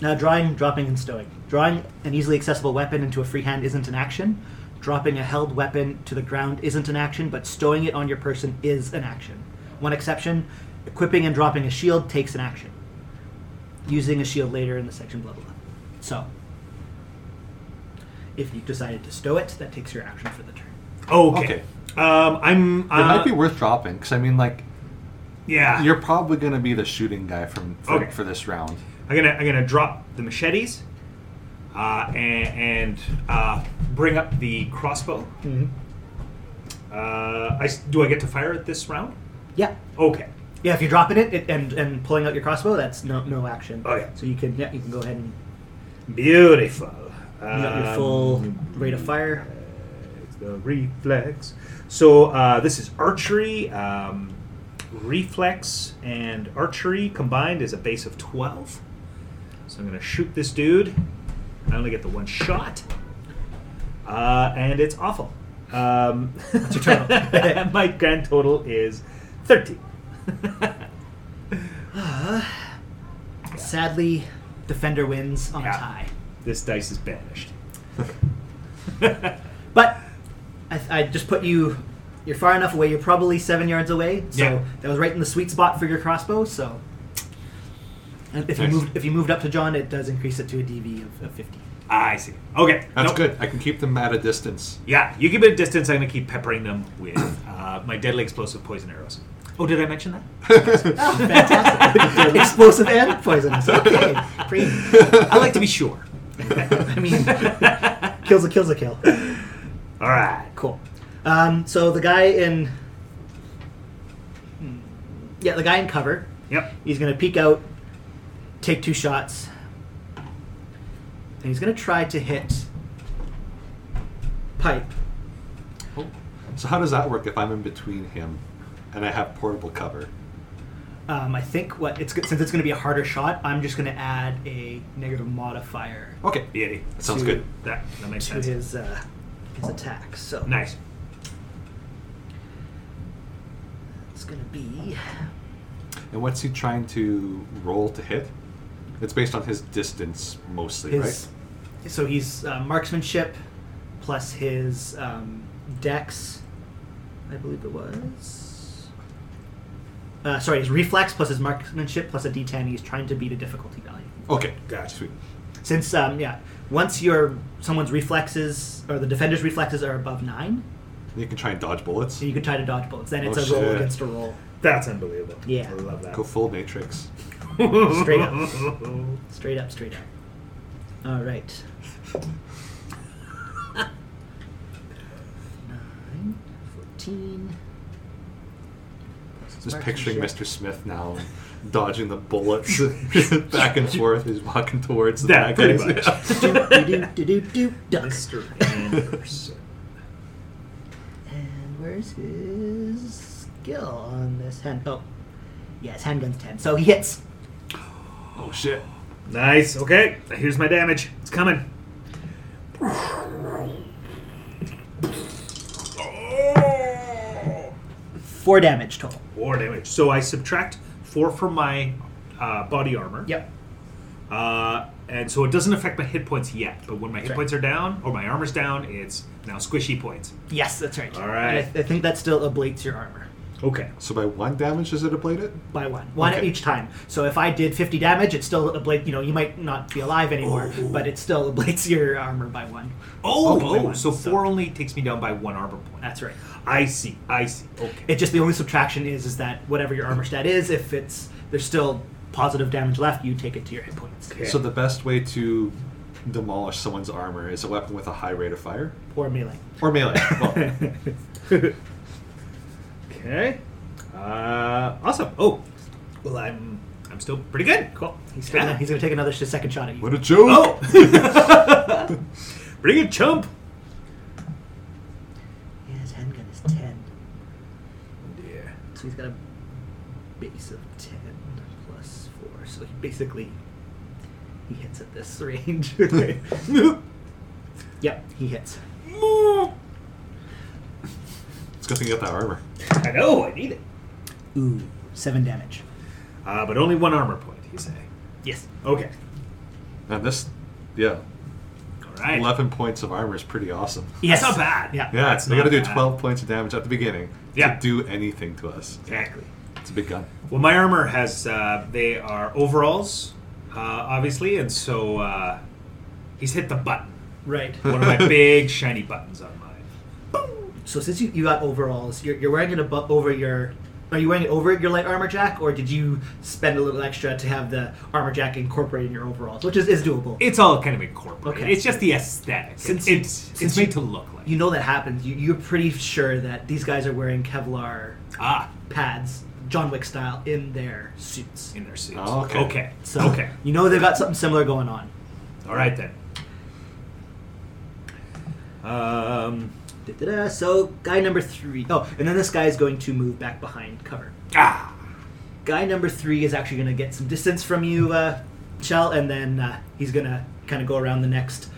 Now, drawing, dropping, and stowing. Drawing an easily accessible weapon into a free hand isn't an action. Dropping a held weapon to the ground isn't an action, but stowing it on your person is an action. One exception equipping and dropping a shield takes an action. Using a shield later in the section, blah, blah, blah. So, if you decided to stow it, that takes your action for the turn.
Okay. Um, I'm. Uh,
It might be worth dropping because I mean, like,
Yeah.
you're probably going to be the shooting guy from for,
Okay.
for this round.
I'm gonna. I'm gonna drop the machetes, uh, and, and uh, bring up the crossbow.
Mm-hmm.
Uh, I s- do. I get to fire at this round.
Yeah.
Okay.
Yeah, if you're dropping it, it and, and pulling out your crossbow, that's no, no action.
Oh, yeah.
So you can, yeah, you can go ahead and
Beautiful.
you got your
Um,
full rate of fire.
It's the reflex. So uh, this is archery. Um, reflex and archery combined is a base of 12. So I'm going to shoot this dude. I only get the one shot. Uh, and it's awful. Um,
your total?
my grand total is 30.
Sadly, Defender wins on
Yeah.
a tie.
this dice is banished.
But I, I just put you. You're far enough away. You're probably seven yards away. So
Yeah.
that was right in the sweet spot for your crossbow. So, and if you
Nice.
moved, if you moved up to John, it does increase it to a DV of, of 50.
Ah, I see. Okay.
That's
nope.
good. I can keep them at a distance.
Yeah, you keep it at distance. I'm gonna keep peppering them with uh, my deadly explosive poison arrows. Oh, did I mention that?
Fantastic! Explosive and poisonous. Okay, Great.
I like to be sure.
I mean, kills a kill's a kill.
All right.
Cool. Um, so the guy in, Hmm. yeah, the guy in cover
Yep.
He's going to peek out, take two shots, and he's going to try to hit Pipe.
So how does that work if I'm in between him and I have portable cover?
Um, I think what it's since it's going to be a harder shot, I'm just going to add a negative modifier
Okay,
Beauty.
that sounds
to-
good.
That that Oh, makes
to
sense.
his uh, his attack. So
Nice.
it's going to be
And what's he trying to roll to hit? It's based on his distance mostly,
His, So he's uh, marksmanship plus his um, dex, I believe it was. Uh, sorry, his reflex plus his marksmanship plus a d10. He's trying to beat a difficulty value.
right? Okay.
Gotcha.
Sweet.
Since, um, yeah, once your someone's reflexes or the defender's reflexes are above nine,
You can try and dodge bullets.
so you can try to dodge bullets. Then it's
Oh,
a roll
shit.
against a roll,
That's unbelievable.
Yeah.
I love that.
Go full matrix.
straight up, straight up, straight up. All right. Nine, 14.
Just picturing Mr. Smith now dodging the bullets back and forth. He's walking towards the
Yeah,
bad
pretty much.
guys. Yeah.
Mr.
Mr. Anderson.
And where's his skill on this hand? Oh, yes, handgun's 10. So he hits.
Oh shit.
Nice. Okay. Here's my damage. It's coming.
Four damage total.
Four damage. So I subtract four from my uh, body armor.
Yep.
Uh, and so it doesn't affect my hit points yet. But when my hit
Right.
points are down or my armor's down, it's now squishy points.
Yes, that's right.
All right.
And I, I think that still ablates your armor
Okay.
So by one damage does it ablate it?
by one. One
Okay.
each time. So if I did 50 damage, it still ablates, you know, you might not be alive anymore, but it still ablates your armor by one.
Oh,
Oh,
oh, so
so-
four only takes me down by one armor point.
That's right.
I see. I see. Okay.
It just the only subtraction is is that whatever your armor stat is, if it's there's still positive damage left, you take it to your hit points
Okay.
So the best way to demolish someone's armor is a weapon with a high rate of fire.
or melee.
Or melee. Well,
Okay. Uh, awesome. Oh, well, I'm I'm still pretty good. Cool.
He's gonna, he's gonna take another sh- second shot at you.
what a joke!
Oh, pretty good chump.
Yeah, his handgun is ten,
Yeah.
so he's got a base of ten plus four. So he basically he hits at this range. yep, he hits.
I
It's a good thing you got that armor.
know. I need it.
Ooh, seven damage.
Uh, but only one armor point. You say.
Yes.
Okay.
And this, yeah,
All right.
eleven points of armor is pretty awesome.
Yes.
not bad.
Yeah.
Yeah,
That's
they got to
not
do
bad.
twelve points of damage at the beginning
Yeah.
to do anything to us.
Exactly.
It's a big gun.
Well, my armor has. Uh, they are overalls, uh, obviously, and so uh, he's hit the button.
Right.
One of my big shiny buttons on mine.
So since you, you got overalls, you're, you're wearing it above over your. Are you wearing it over your light armor jack, or did you spend a little extra to have the armor jack incorporated in your overalls, which is, is doable?
It's all kind of incorporated.
Okay.
It's just the aesthetic.
Since-
it's
since
it's made
you-
to look like.
you know that happens. You, you're pretty sure that these guys are wearing Kevlar
ah,
pads, John Wick style, in their suits.
in their suits.
Oh, okay.
Okay.
So
okay.
you know they've got something similar going on.
All right then. Um.
Da-da-da. So guy number three. Oh, and then this guy is going to move back behind cover.
Ah.
guy number three is actually going to get some distance from you, uh, Shell, and then uh, he's going to kind of go around the next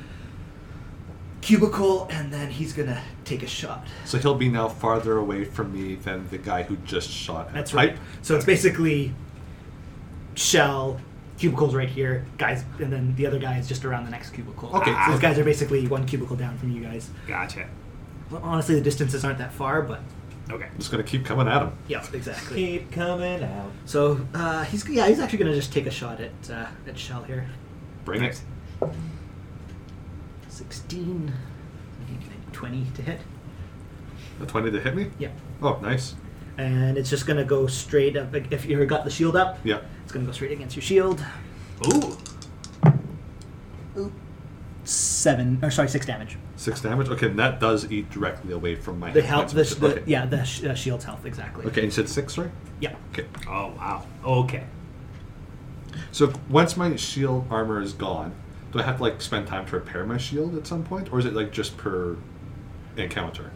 cubicle, and then he's going to take a shot.
So he'll be now farther away from me than the guy who just shot at
That's
Pipe.
right. So it's basically Shell, cubicles right here, guys, and then the other guy is just around the next cubicle.
Okay,
So
so-
these guys are basically one cubicle down from you guys.
Gotcha.
Well, honestly, the distances aren't that far, but
Okay.
I'm just gonna keep coming at him.
yeah, exactly.
Keep coming out.
So uh, he's yeah, he's actually going to just take a shot at uh, at Shell here.
Bring it.
16, 20 to hit.
A twenty to hit me.
Yeah.
Oh, nice.
And it's just going to go straight up. like, If you got the shield up,
Yeah.
it's going to go straight against your shield.
Ooh.
Seven, or sorry, six damage.
Six damage. Okay, and that does eat directly away from my
The
hit
health, the,
points,
sh-
which-
the,
okay.
yeah, the sh- uh, shield's health, exactly.
Okay, and you said six, right?
Yeah.
Okay.
Oh wow. Okay.
So once my shield armor is gone, do I have to like spend time to repair my shield at some point, or is it like just per encounter?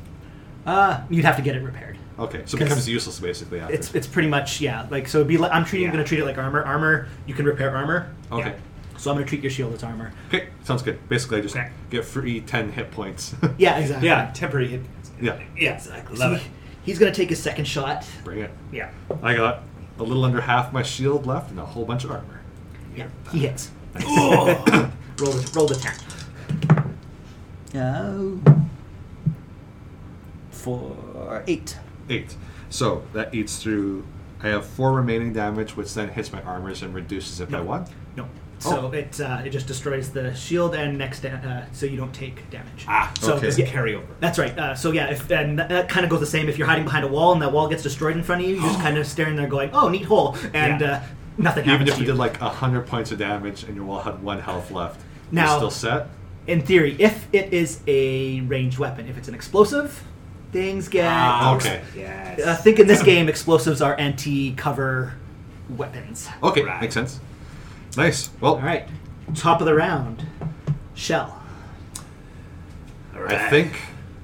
Uh, you'd have to get it repaired.
Okay, so it
'Cause
becomes useless basically after.
It's it's pretty much yeah. Like so, it'd be like I'm treating
Yeah.
going to treat it like armor. Armor, you can repair armor.
okay.
So I'm going to treat your shield as armor.
Okay, sounds good. Basically, I just
Okay.
get free ten hit points.
Yeah, exactly.
Yeah. Temporary hit.
yeah,
Yeah.
exactly.
Love
so
it.
he- he's going to take his second shot.
bring it.
Yeah.
I got a little under half my shield left and a whole bunch of armor.
Yeah, he hits. roll the roll the ten.
Uh, for eight.
Eight. So that eats through. I have four remaining damage, which then hits my armors and reduces it by
No.
one.
No. So it uh, it just destroys the shield and next da- uh, so you don't take damage.
Ah,
so
okay.
It's a
yeah,
carryover.
that's right. Uh, so yeah, if and that, that kind of goes the same. If you're hiding behind a wall and that wall gets destroyed in front of you, you're just kind of staring there, going, "Oh, neat hole," and
Yeah.
uh, nothing
Even
happens.
if
to
you did like hundred points of damage and your wall had one health left,
Now-
you're still set.
in theory, if it is a ranged weapon, if it's an explosive, things get.
Ah,
okay.
Yes.
I think in this game, explosives are anti-cover weapons.
Okay,
Right.
makes sense. Nice. Well,
All right, top of the round, shell.
I think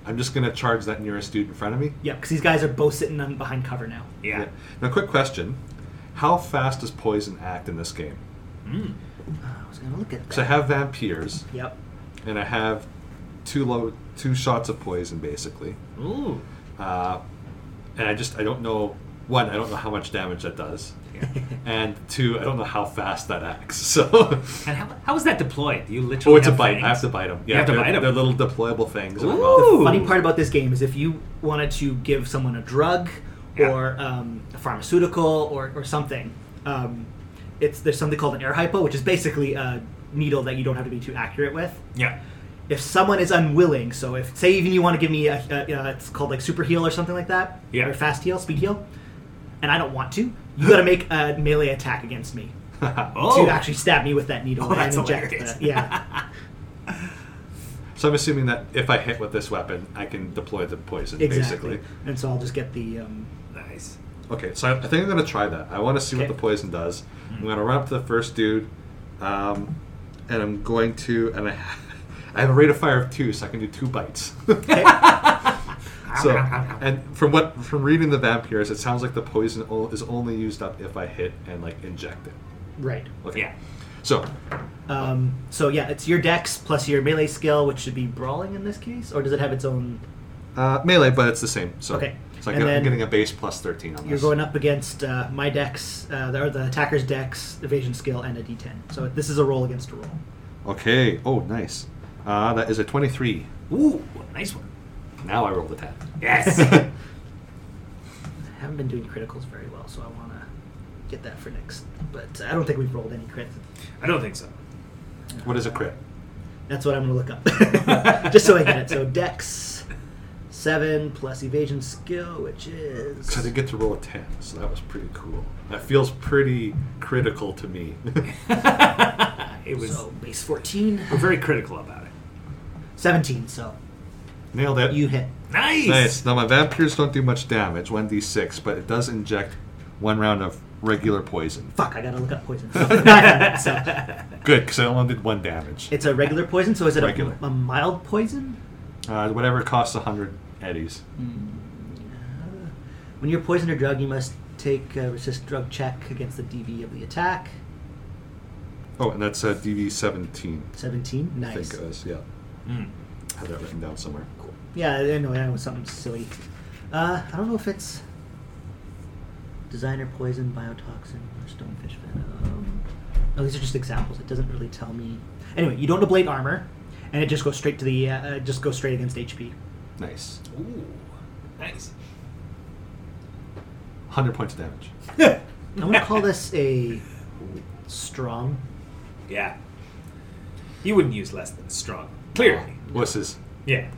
I'm just gonna charge that nearest dude in front of me.
Yeah, because these guys are both sitting on behind cover now.
Yeah.
Now, quick question: How fast does poison act in this game?
Hmm.
Oh, I was gonna look at
Because I
that.
have vampires
Yep.
and I have two low, two shots of poison basically,
Ooh.
uh, and I just I don't know. One, I don't know how much damage that does,
Yeah.
and two, I don't know how fast that acts. So.
And how, how is that deployed? You literally.
Oh, it's a
have
bite.
fangs?
I have to bite them. Yeah,
have to
they're,
bite 'em.
They're little deployable things. and I'm all-
Ooh.
Funny part about this game is if you wanted to give someone a drug
Yeah.
or um, a pharmaceutical or, or something, um, it's there's something called an air hypo, which is basically a needle that you don't have to be too accurate with.
Yeah.
If someone is unwilling, so if say even you want to give me a, a, a it's called like super heal or something like that,
Yeah.
or fast heal, speed heal, and I don't want to, you got to make a melee attack against me.
Oh.
to actually stab me with that needle
Oh,
and
that's
inject
hilarious.
the, yeah
So I'm assuming that if I hit with this weapon, I can deploy the poison,
exactly
basically.
and so i'll just get the um,
Nice.
Okay, so I, I think I'm going to try that. I want to see
Okay.
what the poison does. I'm
Mm.
going to run up to the first dude, um, and I'm going to, and I, I have a rate of fire of two, so I can do two bites.
Ah,
so, and from what from reading the vampires, it sounds like the poison o- is only used up if I hit and like inject it.
right
Okay.
Yeah.
So
um, so yeah it's your dex plus your melee skill which should be brawling in this case or does it have its own
uh, melee, but it's the same. So
Okay.
So I
And
get,
then
I'm getting a base plus thirteen on
you're
this.
going up against uh, my dex uh, the, or the attacker's dex evasion skill and a d10 so this is a roll against a roll
Okay. Oh, nice. Uh, that is a twenty-three.
Ooh, nice one.
Now I rolled a ten.
Yes.
i haven't been doing criticals very well so i want to get that for next but i don't think we've rolled any crits
I don't think so.
What is a crit?
That's what I'm gonna look up, just so I get it. So Dex seven plus evasion skill, which is
Because I did get to roll a 10, so that was pretty cool. That feels pretty critical to me.
It was.
so base fourteen.
We're very critical about it.
Seventeen. So
Nailed it.
you hit.
Nice.
nice. Now, my vampires don't do much damage, 1d6, but it does inject one round of regular poison.
Fuck, I gotta look up poison. No, I haven't, so
Good, because I only did one damage.
it's a regular poison. So is it
Regular.
a, a mild poison?
Uh, whatever costs 100 eddies.
When you're poisoned or drugged, you must take a resist drug check against the DV of the attack.
Oh, and that's uh, DV 17,
Seventeen.
I think
Nice.
it was. Yeah.
Mm.
I have that written down somewhere. Cool.
Yeah, I know that was something silly. Uh, I don't know if it's designer poison, biotoxin, or stonefish venom. No, these are just examples. It doesn't really tell me. Anyway, you don't ablate armor, and it just goes straight to the uh, uh, just goes straight against HP.
Nice.
Ooh, nice.
100 points of damage.
I'm gonna call this a strong.
Yeah. You wouldn't use less than strong. Clearly.
Wusses.
Yeah.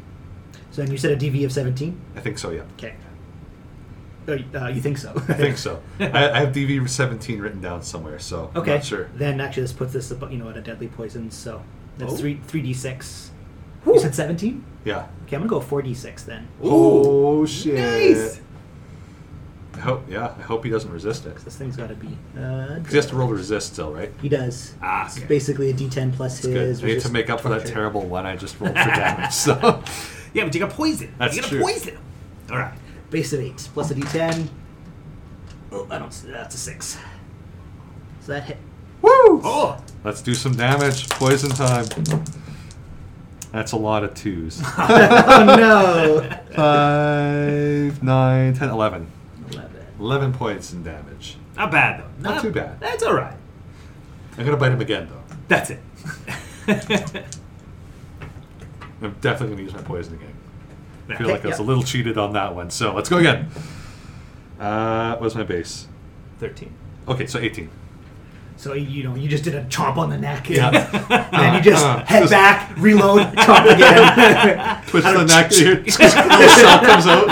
So then you said a DV of 17.
I think so, yeah.
Okay. Uh, you think so?
I think so. I, I have DV 17 written down somewhere, so I'm
Okay.
not sure.
Then actually, this puts this abo- you know at a deadly poison. So that's
Oh.
three three d six.
Whew.
You said 17.
Yeah.
Okay, I'm gonna go 4d6 then.
Ooh.
Oh shit!
Nice.
I hope, yeah, I hope he doesn't resist it.
'Cause This thing's gotta be. Uh,
Because he has to roll to resist still, right?
He does.
Ah,
It's
okay.
basically a d10 plus
It's good.
his.
I need to
resist-
make up for that
torture.
terrible one I just rolled for damage. So
Yeah, but you got poison.
That's
you got
true.
poison him. All right.
Base of 8 plus a d10. Oh, I don't. see- That's a 6. So that hit.
woo!
Oh,
Let's do some damage. Poison time. That's a lot of twos.
Oh no!
Five, nine, ten, eleven.
11.
Eleven points in damage.
not bad though.
Not too bad.
That's all right.
I'm gonna bite him again though.
That's it.
I'm definitely gonna use my poison again. I feel
Okay,
like I was
yeah.
a little cheated on that one. So let's go again. Uh, what's my base?
13.
Okay, so 18.
So you know, you just did a chomp on the neck. and-
Yeah.
And you just
Uh,
head
just-
back, reload, chomp again.
Twist the neck here. little cell comes out.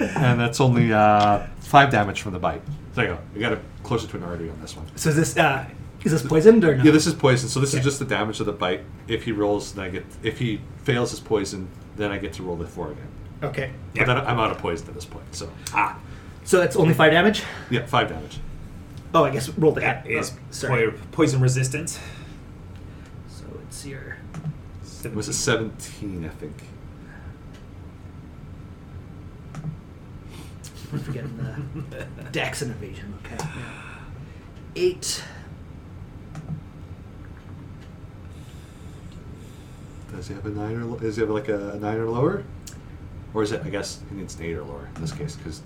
and that's only uh, five damage from the bite. There you go. You got it closer to an artery on this one.
so is this uh, is this poisoned or no?
Yeah, this is poison. So this is just the damage of the bite. If he rolls, then I get. If he fails his poison, then I get to roll the four again.
okay.
Yeah.
But then I'm out of poison at this point. So
Ah,
So it's only five damage.
yeah, five damage.
Oh, I guess roll the
that
hit.
is
Oh, sorry.
poi- poison resistant.
So it's your.
It was a 17, I think.
I'm forgetting the Dex and evasion. Okay. yeah. Eight.
Does he have a nine or? lo- Does he have like a, a nine or lower? Or is it? I guess he needs an eight or lower in this case because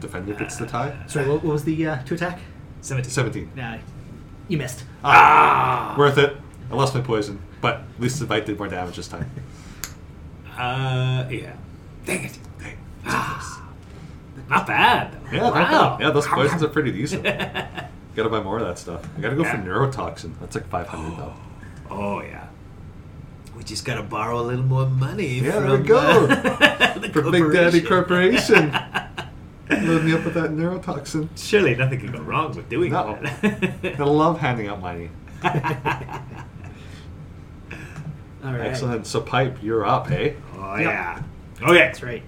defender gets the tie.
Sorry, what, what was the uh, two attack?
17.
17.
Nah, you missed.
Ah.
Ah. Worth it. I lost my poison, but at least the bite did more damage this time.
Uh, yeah. Dang it. Ah. Not bad. Though.
Yeah, not bad.
wow.
yeah, those poisons are pretty decent. gotta buy more of that stuff. I gotta go for
Yeah.
neurotoxin. That's like 500 though.
Oh yeah. We just gotta borrow a little more money.
Yeah, there
from,
we go.
uh, the
For Big Daddy
corporation.
Corporation. Load me up with that neurotoxin.
Surely nothing could go wrong with doing
No.
that. Oh,
I love handing out money.
All right.
Excellent. So, Pipe, you're up, eh?
oh
Yep.
yeah. Okay.
That's right.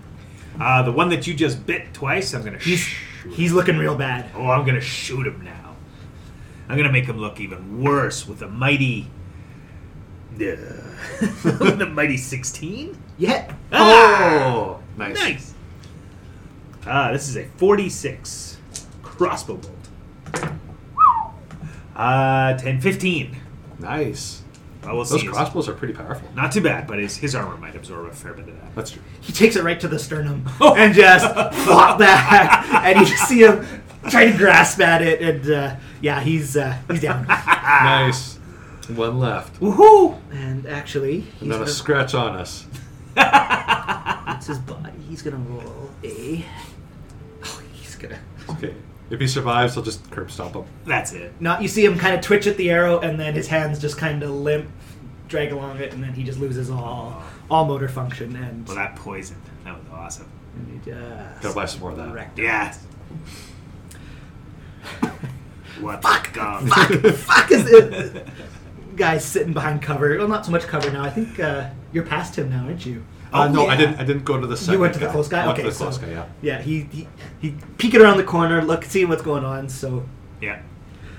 Uh, the one that you just bit twice, I'm gonna
He's
shoot.
he's looking real bad.
Oh, I'm gonna shoot him now. I'm gonna make him look even worse with a mighty. Yeah. with a mighty 16?
Yeah. Ah!
Oh! Nice.
Nice! Ah, this is a 46 crossbow bolt. Uh, 10, 15.
Nice.
I will
Those
see.
crossbows are pretty powerful.
Not too bad, but his, his armor might absorb a fair bit of that.
That's true.
He takes it right to the sternum and just flop back, and you see him try to grasp at it, and uh, yeah, he's uh, he's down. Ah.
Nice. One left.
Woohoo!
And actually, he's
And then
gonna,
a scratch on us.
it's his body. He's gonna roll a. Oh, he's gonna.
Okay. If he survives, I'll just curb stomp him. Uh,
That's it.
Not you see him kind of twitch at the arrow, and then his hands just kind of limp, drag along it, and then he just loses all all motor function and.
Well, that poison. That was awesome.
and he just
Gotta buy some more of that.
wrecked it.
Yeah. what
Fuck.
the
fuck, fuck is it? Guys sitting behind cover. Well, not so much cover now. I think uh, you're past him now, aren't you? Um,
Uh, no, I
yeah.
didn't. I didn't go to the. Second
Oh, you went to the close guy.
I went
okay,
to the
so
close guy. Yeah.
yeah, he, he he peeking around the corner, look, seeing what's going on. So
Yeah.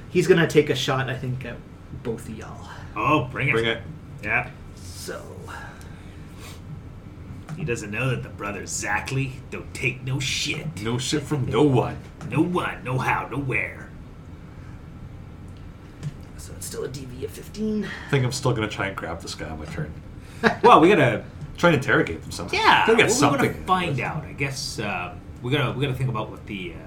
he's gonna take a shot, I think, at both of y'all.
Oh, bring it.
Bring it.
Yeah.
So
He doesn't know that the brother Zachley don't take no shit.
No shit from no one.
No what, no how, no where.
so it's still a DV of 15.
I think I'm still gonna try and grab this guy on my turn.
Well, we gotta
Try and interrogate them somehow.
yeah.
Gotta get
well,
something.
We gotta find out. I guess uh, we gotta we gotta think about what the uh,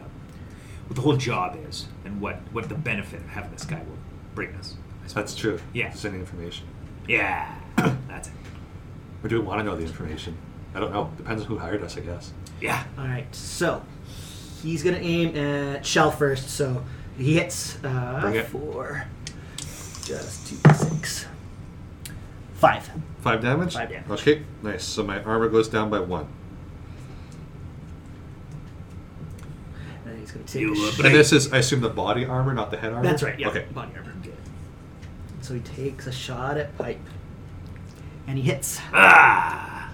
what the whole job is and what what the benefit of having this guy will bring us. I suppose.
That's true.
Yeah.
If there's any information.
Yeah. That's it.
Or do we want to know the information? I don't know. Depends on who hired us, I guess.
Yeah.
All right, so he's gonna aim at Shell first. So he hits
Bring
uh,
it.
four, just two, six, five.
Five damage.
Five damage.
Okay. Nice. So my armor goes down by one.
And he's gonna take.
You
a
were
sh-
But I-
and this is, I assume, the body armor, not the head armor.
That's right. Yeah.
Okay.
Body armor. So he takes a shot at pipe, and he hits.
Ah.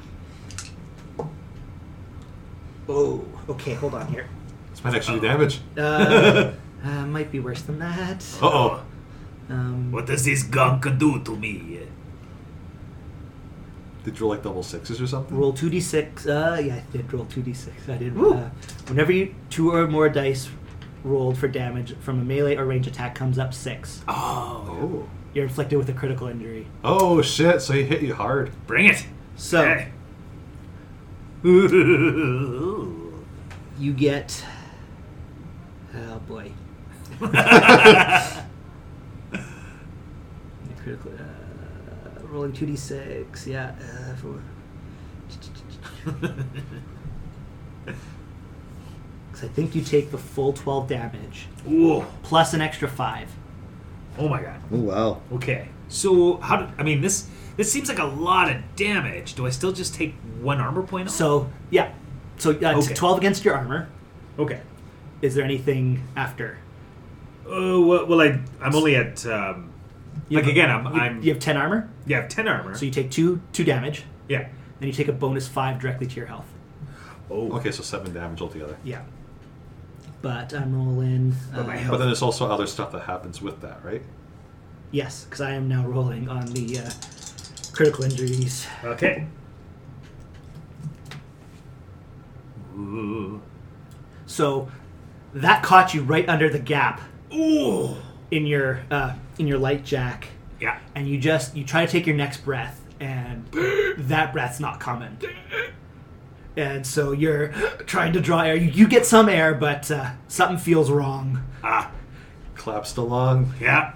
Oh. Okay, hold on here.
This might actually do damage.
Uh, uh, might be worse than that.
Uh oh.
Um,
What does this gunk do to me?
Did you roll like double sixes or something?
Roll two d six. Uh, yeah, I did roll two d six. I did.
Woo.
Uh, whenever you two or more dice rolled for damage from a melee or range attack comes up six,
Oh,
Oh.
you're inflicted with a critical injury.
Oh shit! So he hit you hard.
bring it.
So
Hey.
you get. Oh boy. Critical. Uh, rolling 2d6. Yeah. Uh, for... Because I think you take the full 12 damage,
Ooh.
plus an extra 5.
Oh my god.
Oh wow.
Okay. So how did I mean this? This seems like a lot of damage. Do I still just take one armor point? Off?
So, yeah. So, uh, it's
Okay.
12 against your armor.
okay.
Is there anything after?
Oh well, well, I I'm only at um,
You
like
have-
again I'm
you,
I'm
you have 10 armor,
yeah I have ten armor.
so you take 2 2 damage,
yeah.
then you take a bonus 5 directly to your health.
Oh.
Okay, so seven damage altogether.
Yeah. But I'm rolling. Uh,
my
But then there's also other stuff that happens with that, right?
yes, because I am now rolling on the uh, critical injuries.
Okay. Ooh.
So that caught you right under the gap
Ooh.
in your uh, in your light jack,
Yeah.
and you just you try to take your next breath, and that breath's not coming. And so you're trying to draw air. You, you get some air, but uh, something feels wrong.
Ah.
Collapsed along.
Yeah.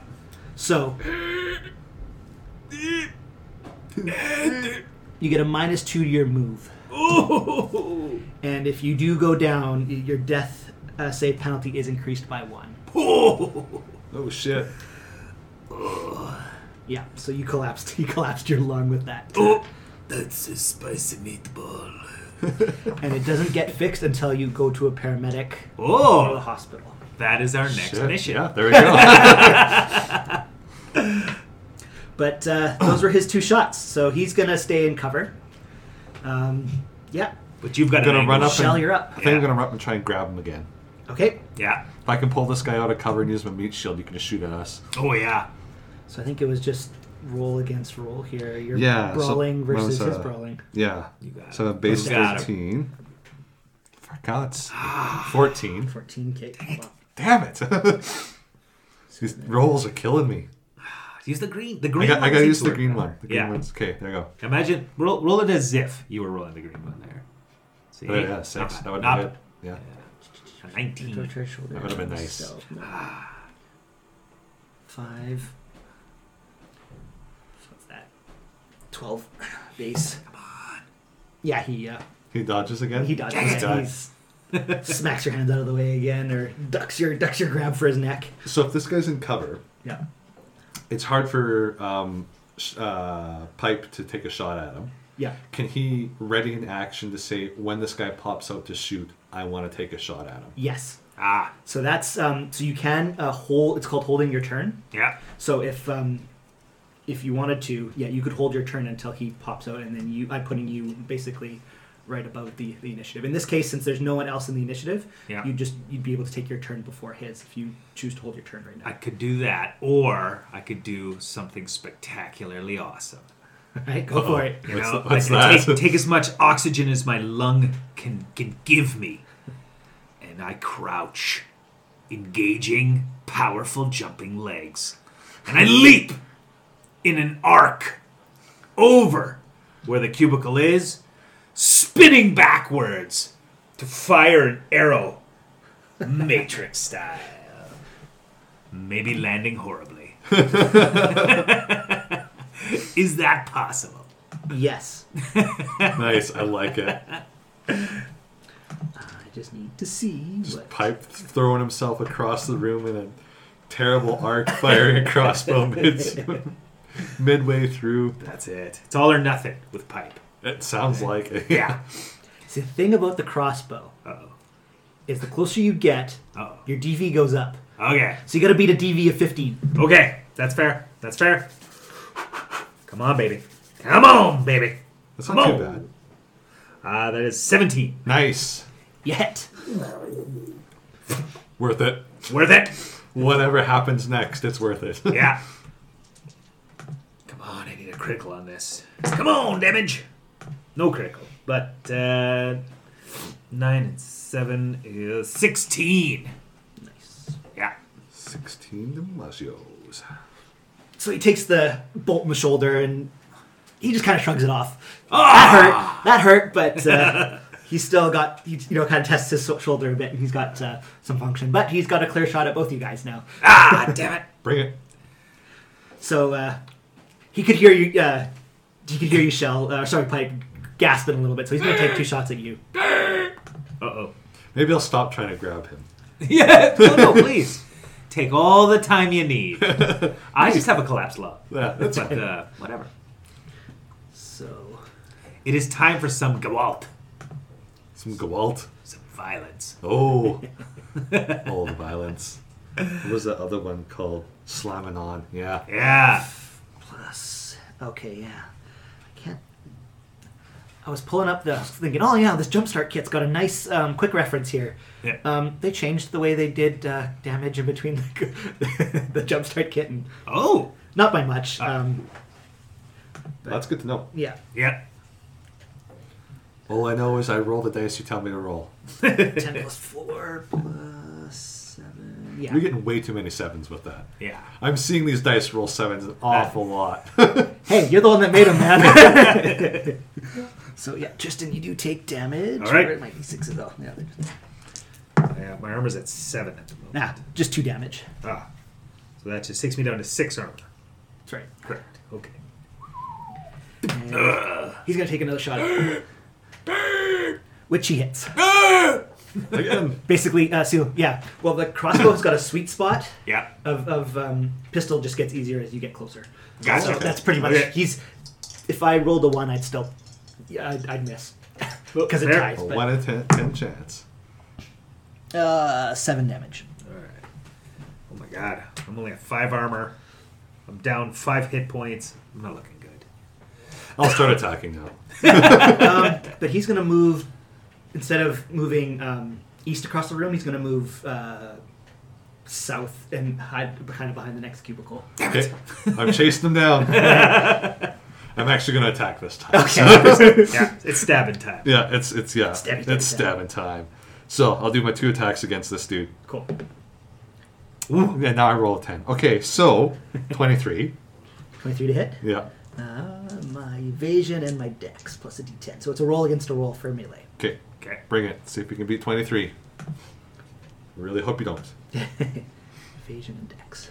So you get a minus two to your move.
Ooh.
And if you do go down, y- your death uh, save penalty is increased by one.
Ooh.
Oh shit.
Yeah, so you collapsed. You collapsed your lung with that,
Oh. That's a spicy meatball.
and it doesn't get fixed until you go to a paramedic or the
Oh.
hospital.
That is our next
Shit.
mission.
Yeah, there we go.
But uh, those were his two shots, so he's gonna stay in cover. Um, yeah,
But you've got
I'm gonna
an
run
angle
up.
Shell,
and,
you're up.
I think I'm gonna run up and try and grab him again.
okay.
shot. Yeah.
If I can pull this guy out of cover and use my meat shield, you can just shoot at us.
Oh yeah.
So I think it was just roll against roll here. Your
Yeah, so
brawling
mine
versus
was,
his
uh,
brawling.
Yeah.
You got
So
it.
a base
You got it.
thirteen. Fuck, God, that's
Ah.
fourteen.
Fourteen k.
Damn it! These rolls are killing me.
Use the green. The
I
green.
got, I
one's
gotta use the
into it.
green one. The green
Yeah.
one's okay. There you go.
Imagine roll, roll it as if you were rolling the green one there. See?
Oh, Yeah, yeah six.
Not,
That would
not-
have Yeah.
a nineteen.
That would've been nice.
Ah. Five. What's that? Twelve base. Come on. Yeah, he uh,
He dodges again.
he dodges.
He
again. He's
dodges.
smacks your hands out of the way again, or ducks your ducks your grab for his neck.
So if this guy's in cover,
Yeah.
it's hard for um, sh- uh, Pipe to take a shot at him.
Yeah.
Can he ready an action to say when this guy pops out to shoot, I want to take a shot at him?
Yes.
Ah,
So that's um, so you can uh, hold. It's called holding your turn.
yeah.
So if um, if you wanted to, yeah, you could hold your turn until he pops out, and then you I'm putting you basically right above the, the initiative. In this case, since there's no one else in the initiative,
Yeah.
you just you'd be able to take your turn before his if you choose to hold your turn right
I
now.
could do that, or I could do something spectacularly awesome.
right, go for it.
You
What's
know,
th- what's
I could
that?
Take, take as much oxygen as my lung can can give me, and I crouch, engaging powerful jumping legs, and I leap in an arc over where the cubicle is, spinning backwards to fire an arrow, Matrix style. Maybe landing horribly. Is that possible?
Yes.
nice, I like it.
I just need to see what.
Pipe throwing himself across the room in a terrible arc, firing a crossbow mid- midway through.
That's it. It's all or nothing with pipe.
It sounds like it.
Yeah.
See, the thing about the crossbow
Uh-oh.
is the closer you get,
Uh-oh.
your DV goes up.
Okay.
So you got to beat a DV of 15.
Okay. That's fair. That's fair. Come on, baby. Come on, baby.
That's not
Come
too
on.
bad.
Ah, that is 17.
Nice.
Yet.
Worth it.
Worth it.
Whatever happens next, it's worth it.
Yeah. Come on, I need a critical on this. Come on, damage. No critical, but uh, nine and seven is sixteen.
Nice.
Yeah.
16 Dimasios.
So he takes the bolt in the
Ah!
shoulder and he just kind of shrugs it off. That hurt. That hurt, but uh, he's still got he you know kind of tests his shoulder a bit, and he's got uh, some function. But he's got a clear shot at both you guys now.
ah, damn it.
Bring it.
So uh, he could hear you. Uh, he could hear you shell. Uh, sorry, pipe gasping a little bit. So he's going to take two shots at you.
Uh oh.
Maybe I'll stop trying to grab him.
Yeah. No, no, please. Take all the time you need. I just have a collapsed lung.
Yeah, that's
but uh, whatever.
So
It is time for some gawalt,
Some Gawalt.
some violence.
Oh, all the violence. What was the other one called? Slamming on. Yeah.
Yeah.
plus, okay, yeah. I can't. I was pulling up the I was thinking. Oh yeah, this jumpstart kit's got a nice um, quick reference here.
Yeah.
Uh,
Um, they changed the way they did uh, damage in between the, the jumpstart kit and
Oh.
not by much. Um,
That's good to know.
yeah.
Yeah.
All I know is I roll the dice you tell me to roll.
10 plus 4 plus 7. Yeah.
You're getting way too many sevens with that.
Yeah.
I'm seeing these dice roll sevens an awful lot.
hey, you're the one that made him, man. so, yeah, Tristan, you do take damage.
All right.
Or it might be 6 as well. Yeah.
Yeah, my armor's at seven at the moment.
Nah, just 2 damage.
Ah. So that just takes me down to six armor.
That's right.
Correct. Okay.
And he's going to take another shot at you. Which he hits.
Ah!
Again,
Basically, uh, so, yeah. Well, the crossbow's got a sweet spot
Yeah.
of, of um, pistol, just gets easier as you get closer.
Gotcha.
So that's pretty much.
Okay.
He's. If I rolled a 1, I'd still. Yeah, I'd, I'd miss. Because it
Fair.
ties.
a
but-
one in ten, ten chance.
Uh, seven damage.
All right. Oh my god. I'm only at five armor. I'm down five hit points. I'm not looking good.
I'll start attacking now.
Um, But he's going to move, instead of moving um, east across the room, he's going to move uh, south and hide kind of behind the next cubicle.
Okay. I'm chasing them down. I'm actually going to attack this time.
Okay.
Yeah. it's stabbing time.
Yeah, it's it's yeah,
Stabby, stabby,
it's stabbing time. So I'll do my two attacks against this dude.
cool.
Ooh, yeah, now I roll a ten. Okay, so twenty-three.
23 to hit.
Yeah.
Uh, my evasion and my dex plus a d10. So it's a roll against a roll for melee.
Okay,
Okay.
bring it. See if you can beat twenty-three. Really hope you don't.
Evasion and dex.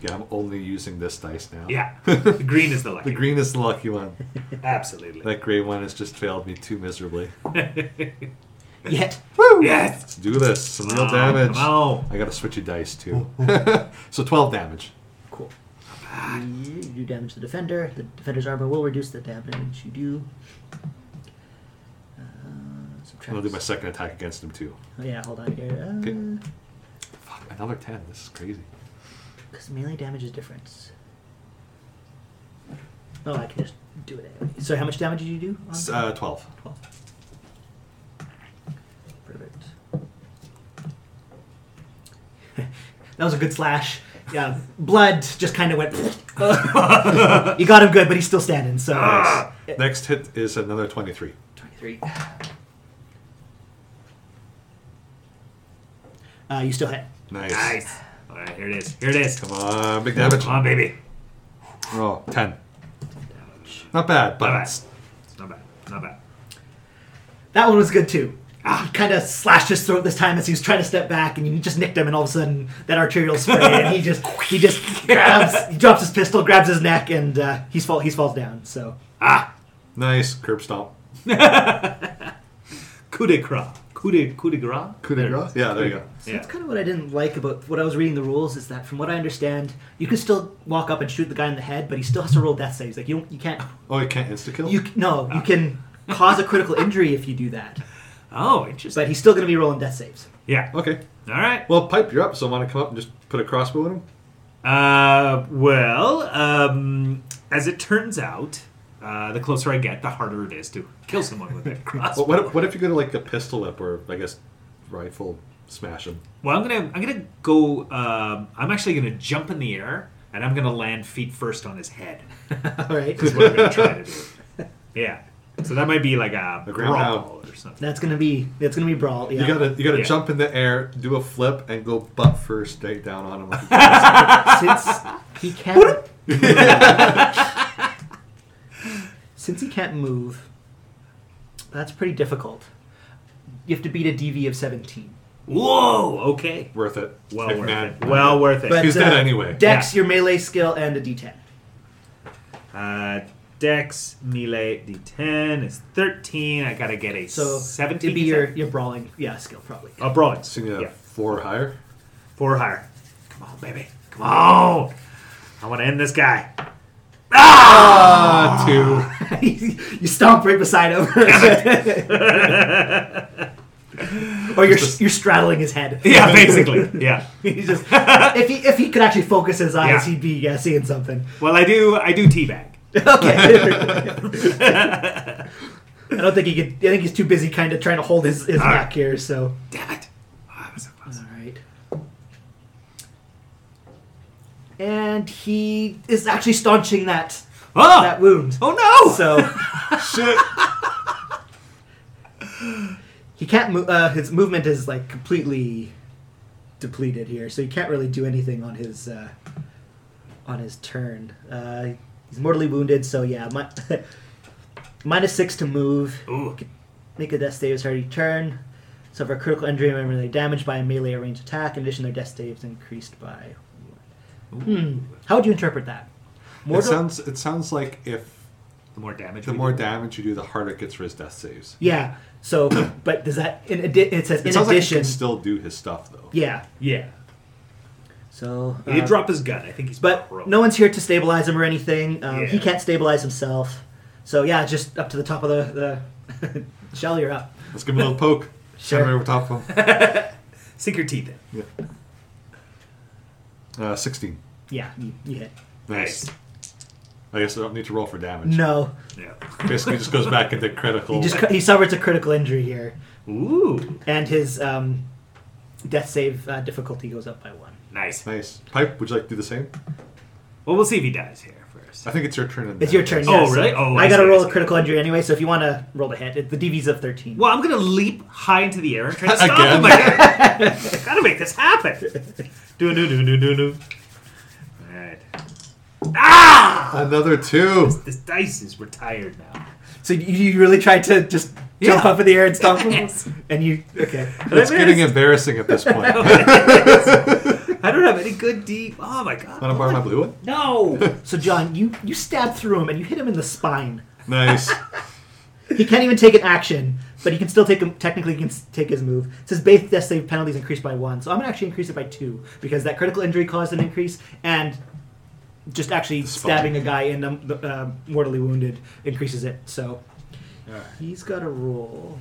Yeah, I'm only using this dice now.
Yeah. The green is the lucky.
The green is the lucky one.
one. Absolutely.
That gray one has just failed me too miserably.
Yet.
yes.
Let's do this. Some real
Oh,
damage.
Oh.
I gotta switch your dice too. so twelve damage.
Cool.
Ah.
You do damage the defender. The defender's armor will reduce the damage you do. Uh,
And I'll
subtract.
do my second attack against him too.
Oh, yeah, hold on here. Uh,
Okay. Fuck, another ten. This is crazy.
Because melee damage is different. Oh, I can just do it anyway. So, how much damage did you do? On
S- Uh, twelve.
12. Perfect. that was a good slash. Yeah, blood just kind of went. you got him good, but he's still standing, so.
Nice. Next hit is another 23.
23. Uh, you still hit.
Nice.
Nice. All right. Here it is. Here it is.
Come on, big damage.
Come on, baby.
Oh, 10. Not bad, but
Not bad.
it's-
It's not bad. It's not bad.
That one was good too. Ah, kind of slashed his throat this time as he was trying to step back, and you just nicked him, and all of a sudden that arterial spray, and he just he just grabs, he drops his pistol, grabs his neck, and uh, he's fall he falls down. So
nice. Curb stomp.
Coup de grace. Coup de coup de grace.
Yeah, there you go.
Yeah.
that's kind of what I didn't like about what I was reading the rules is that from what I understand, you can still walk up and shoot the guy in the head, but he still has to roll death saves. Like you don't- you can't
Oh, you can't insta kill?
you c- no you can cause a critical injury if you do that,
Oh, interesting.
but he's still going to be rolling death saves.
Yeah. All
Okay.
right.
Well, Pipe, you're up, so I want to come up and just put a crossbow in him.
Uh, well, um, as it turns out, uh, the closer I get, the harder it is to kill someone with a crossbow.
Well, what, if, what if you go to like a pistol whip or, I guess, rifle smash him?
Well, I'm gonna I'm gonna go. Um, I'm actually gonna jump in the air and I'm gonna land feet first on his head.
All right,
Is what I'm gonna try to do. Yeah. So that might be like a,
A ground
brawl or something.
that's gonna be that's gonna be brawl. Yeah.
You gotta, you gotta
Yeah.
jump in the air, do a flip, and go butt first straight down on him. Like a
since he can't since he can't move That's pretty difficult. You have to beat a DV of 17.
Whoa. Okay.
Worth it.
Well
If
worth
mad,
it. Well worth it.
But,
He's
uh,
dead anyway.
Dex, your melee skill, and a D10.
Uh, Dex melee d10 is 13. I gotta get a
So
17.
it'd be your,
is
your brawling yeah skill, probably.
that? oh, brawling.
So you
yeah,
have four higher.
four higher. Come on, baby. Come on. I want to end this guy. Ah!
Ah, two.
you stomp right beside him. or you're, you're straddling his head.
Yeah, basically. Yeah.
He's just, if, he, if he could actually focus his
Yeah.
eyes, he'd be yeah, seeing something.
Well, I do. I do teabag.
Okay. I don't think he could. I think he's too busy kind of trying to hold his, his
right.
neck here, so.
Damn it. Oh, that was so close.
All right. And he is actually staunching that
Oh.
that wound.
oh no.
So
Shit.
he can't move. Uh, his movement is like completely depleted here, so he can't really do anything on his uh, on his turn. Uh, he's mortally wounded, so yeah, mi- minus six to move.
Ooh.
Make a death save as hard turn. Suffer critical injury when they're damaged by a melee or ranged attack. In addition, their death save is increased by. Hmm. How would you interpret that?
It
Mortal.
sounds. It sounds like if
The more damage.
the
we
more
do.
damage you do, the harder it gets for his death saves.
yeah. So, but does that in addi- it says
It
in
sounds like he
addition?
can still do his stuff though.
yeah.
Yeah.
So
He did
uh,
drop his gun. I think he's.
But
broke.
no one's here to stabilize him or anything. Um, He
Yeah.
can't stabilize himself. So yeah, just up to the top of the. the Shell, you're up.
Let's give him a little poke.
Sure.
Come over top of him.
Sink your teeth in.
Uh, Sixteen.
Yeah, you, you hit.
Nice. I guess I don't need to roll for damage.
No,
Yeah.
Basically, just goes back into critical.
he just he suffers a critical injury here,
Ooh.
and his um, death save uh, difficulty goes up by one.
Nice.
Nice. Pipe, would you like to do the same?
Well, we'll see if he dies here first.
I think it's your turn. in
It's
there.
your turn.
Oh,
yeah, so
really? Oh,
I,
I
got to
see, I
roll a
see.
critical injury anyway. So if you want to roll the hit, it, the DV's of thirteen.
Well, I'm gonna leap high into the air and try to stop
Again?
him again. Gotta make this happen. Do do do do do do. All right. Ah!
Another two.
This dice is retired now.
So you, you really tried to just jump
Yeah.
up in the air and stomp him,
Yes.
and you okay?
It's
It
getting
is.
embarrassing at this point.
I don't have any good deep. Oh my god.
Want to borrow my blue one?
No.
So John, you you stab through him and you hit him in the spine.
Nice.
He can't even take an action, but he can still take him. Technically, he can s- take his move. It says base death save penalties increased by one, so I'm gonna actually increase it by two because that critical injury caused an increase, and just actually
Spine.
stabbing a guy in the, the uh, mortally wounded increases it. So he's got to roll.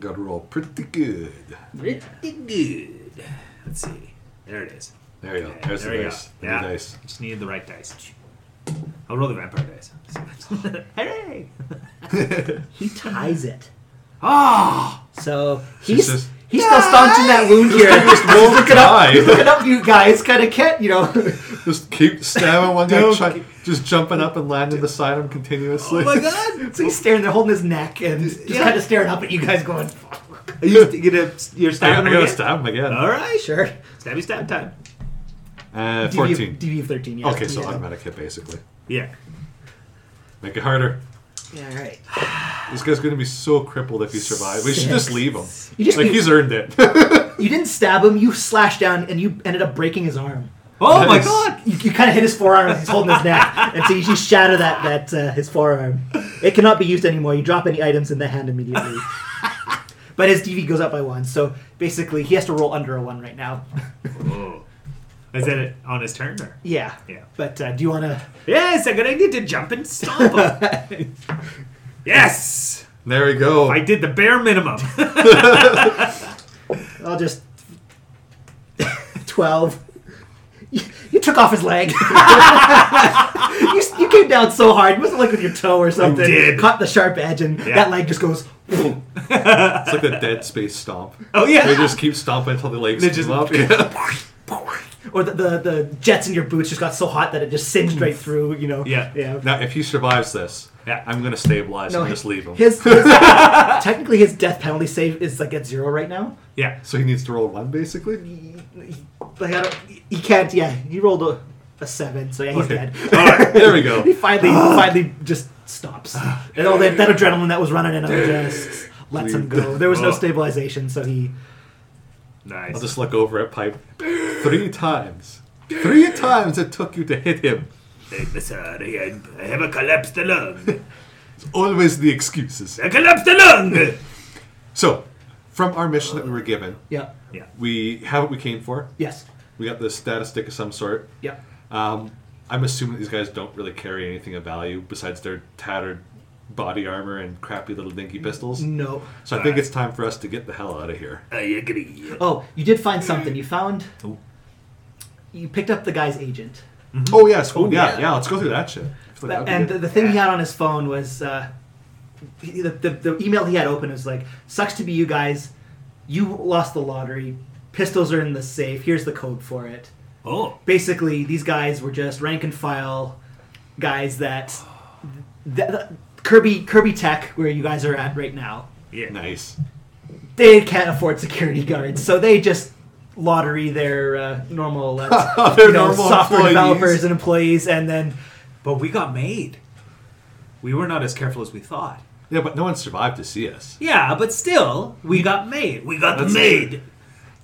Got to roll pretty good.
Pretty good. Let's see. There it is.
There you go.
Okay,
There's
there
the
we
dice.
Go.
The new
Yeah.
dice.
Just needed the right dice. I'll roll the vampire dice. Hooray!
He ties it.
Ah!
So he's
just-
he's still staunching that wound here. Just looking up,
die.
he's looking up, you guys. Kind of can't, you know.
Just keep stabbing one guy,
Don't
try,
keep-
just jumping up and landing beside him continuously.
Oh my god!
So he's staring there, holding his neck, and just
Yeah.
kind of staring up at you guys, going, "Fuck."
Are you you gonna you're
I
stabbing
gotta, I
him
gotta
again?
stab him again.
All right.
Sure.
Stabby stab time.
Uh,
DV of-
14.
DV of 13, yeah.
Okay, so
Yeah.
automatic hit basically.
Yeah.
Make it harder.
Yeah, all right.
This guy's gonna be so crippled if he survives. We should just
Six.
leave him.
You just
like
need-
he's earned it.
You didn't stab him, you slashed down, and you ended up breaking his arm.
Oh my
Nice.
god!
You, you kind of hit his forearm as he's holding his neck, and so you just shatter that, that uh, his forearm. It cannot be used anymore. You drop any items in the hand immediately. but his DV goes up by one, so basically he has to roll under a one right now.
Whoa. Is that it on his turn? Or?
yeah.
Yeah.
But uh, do you want to.
Yes, I'm gonna need to jump and stomp him. yes!
there we go.
I did the bare minimum.
I'll just. 12. You, you took off his leg. you, you came down so hard. It wasn't like with your toe or something.
did.
Caught the sharp edge, and
Yeah.
that leg just goes. boom.
It's like the dead space stomp.
oh yeah.
They just keep stomping until the legs
They just-
come up. Yeah.
Or the, the, the jets in your boots just got so hot that it just singed right through, you know?
Yeah.
Yeah.
Mm. now, if he survives this,
Yeah.
I'm gonna stabilize him and
his-
just leave him.
His, his- technically, his death penalty save is like at zero right now.
yeah.
So he needs to roll one, basically.
Like, I don't, he can't, yeah, he rolled a, a seven, so yeah, he's
Okay.
dead.
All right, there we go.
He finally, finally just stops. and all that, that adrenaline that was running in him just lets him go. There was no stabilization, so he
Nice.
I'll just look over at Pipe. Three times. Three times it took you to hit him.
Hey, sorry, I, I have a collapsed lung.
Always the excuses.
a collapsed lung!
So, from our mission that we were given,
yeah
yeah.
we have what we came for.
yes
We got the status stick of some sort.
yeah
Um, I'm assuming these guys don't really carry anything of value besides their tattered body armor and crappy little dinky pistols.
no.
So I think it's time for us to get the hell out of here.
I agree.
Oh, you did find something. You found you picked up the guy's agent.
Oh yes, oh, yeah,
yeah.
yeah, Let's go through that shit. I feel like that would be
and
good.
the, the thing he had on his phone was uh, he- the, the, the email he had open was like sucks to be you guys you lost the lottery pistols are in the safe here's the code for it
Oh.
basically these guys were just rank and file guys that th- th- kirby kirby tech where you guys are at right now
Yeah.
nice.
they can't afford security guards so they just lottery their uh, normal, uh,
Their
you know,
normal
software
employees.
developers and employees and then
But we got made. We were not as careful as we thought.
Yeah, but no one survived to see us.
Yeah, but still, we got made. We got
That's
made.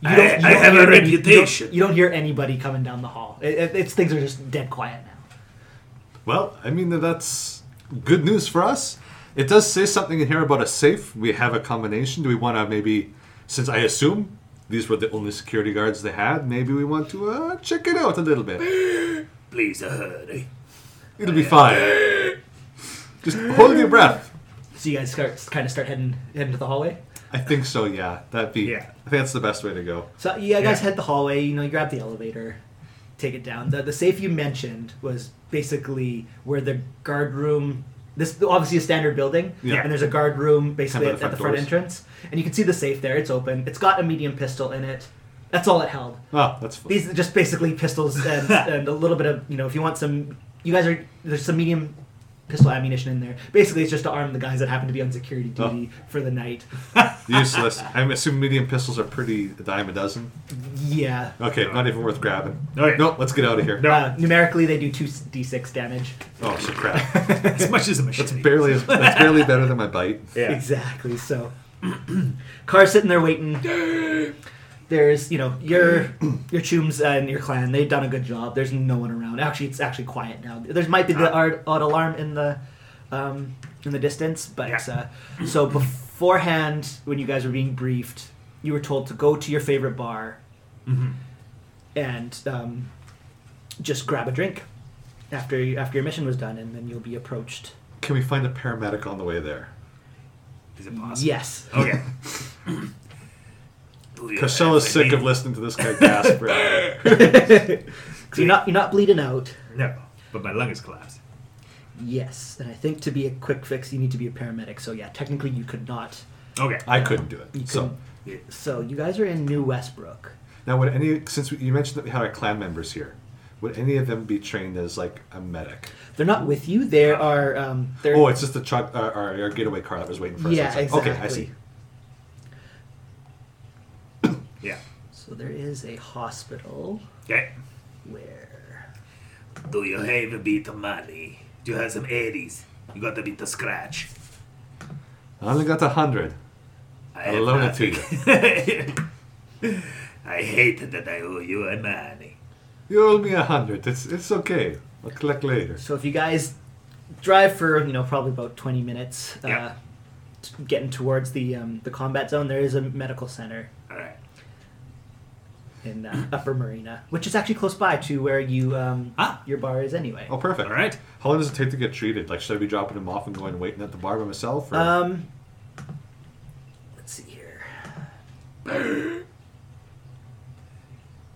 You
I-
don't, you
I
don't
have
hear
a
any- you don't-
reputation.
You don't, hear anybody coming down the hall. It, it- it's things are just dead quiet now.
Well, I mean that's good news for us. It does say something in here about a safe. We have a combination. Do we want to maybe, since I assume these were the only security guards they had, maybe we want to uh, check it out a little bit.
Please, uh, a hurry.
It'll be fine. Just hold your breath.
So you guys start kind of start heading heading to the hallway.
I think so. Yeah, that'd be.
Yeah.
I think that's the best way to go.
So you guys
Yeah.
head the hallway. You know, you grab the elevator, take it down. The the safe you mentioned was basically where the guard room. This obviously a standard building,
Yeah.
and there's a guard room basically
Kind of
at, at
by
the
the
front
front
entrance, and you can see the safe there. It's open. It's got a medium pistol in it. That's all it held.
Oh, that's fun.
These are just basically pistols and, and a little bit of you know if you want some you guys are there's some medium pistol ammunition in there. Basically, it's just to arm the guys that happen to be on security duty for the night.
useless. I'm assuming medium pistols are pretty a dime a dozen.
Yeah.
Okay, not even worth grabbing.
Oh,
Okay.
No, let's get out of here.
No.
Uh, numerically, they do two d six damage.
Oh, so crap.
As much as a machete.
barely, that's barely better than my bite.
Yeah.
Exactly. So, car's sitting there waiting. There's, you know, your your chooms and your clan. They've done a good job. There's no one around. Actually, it's actually quiet now. There's might be the odd, odd alarm in the um, in the distance, but
Yeah.
uh, so beforehand, when you guys were being briefed, you were told to go to your favorite bar
Mm-hmm.
and um, just grab a drink after you, after your mission was done, and then you'll be approached.
Can we find a paramedic on the way there?
Is it possible? Oh,
Yes.
Okay.
Casella's sick of listening to this guy gasp. for air.
So you're not you're not bleeding out.
No, but my lung is collapsed.
Yes, and I think to be a quick fix, you need to be a paramedic. So yeah, technically you could not.
Okay.
I couldn't do
You
it. So
couldn't. So you guys are in New Westbrook.
now, would any since you mentioned that we had our clan members here, would any of them be trained as like a medic?
They're not with you. There are um. They're,
Oh, it's just the truck, uh, our, our getaway car that was waiting for us.
yeah,
outside.
exactly.
Okay, I see.
Yeah.
So there is a hospital
Okay.
where
Do you have a bit of money? Do you have some 80s? You got a bit of scratch.
I only got a hundred.
I
I'll loan it to you.
you. I hate that I owe you a money.
You owe me a hundred. It's it's okay. I'll collect later.
So if you guys drive for you know probably about twenty minutes, uh,
Yeah.
t- getting towards the um, the combat zone, there is a medical center
All right.
in uh, Upper Marina, which is actually close by to where you um,
Ah.
your bar is anyway.
Oh, perfect.
All right.
How long does it take to get treated? Like, should I be dropping him off and going and waiting at the bar by myself? Or?
Um, let's see here.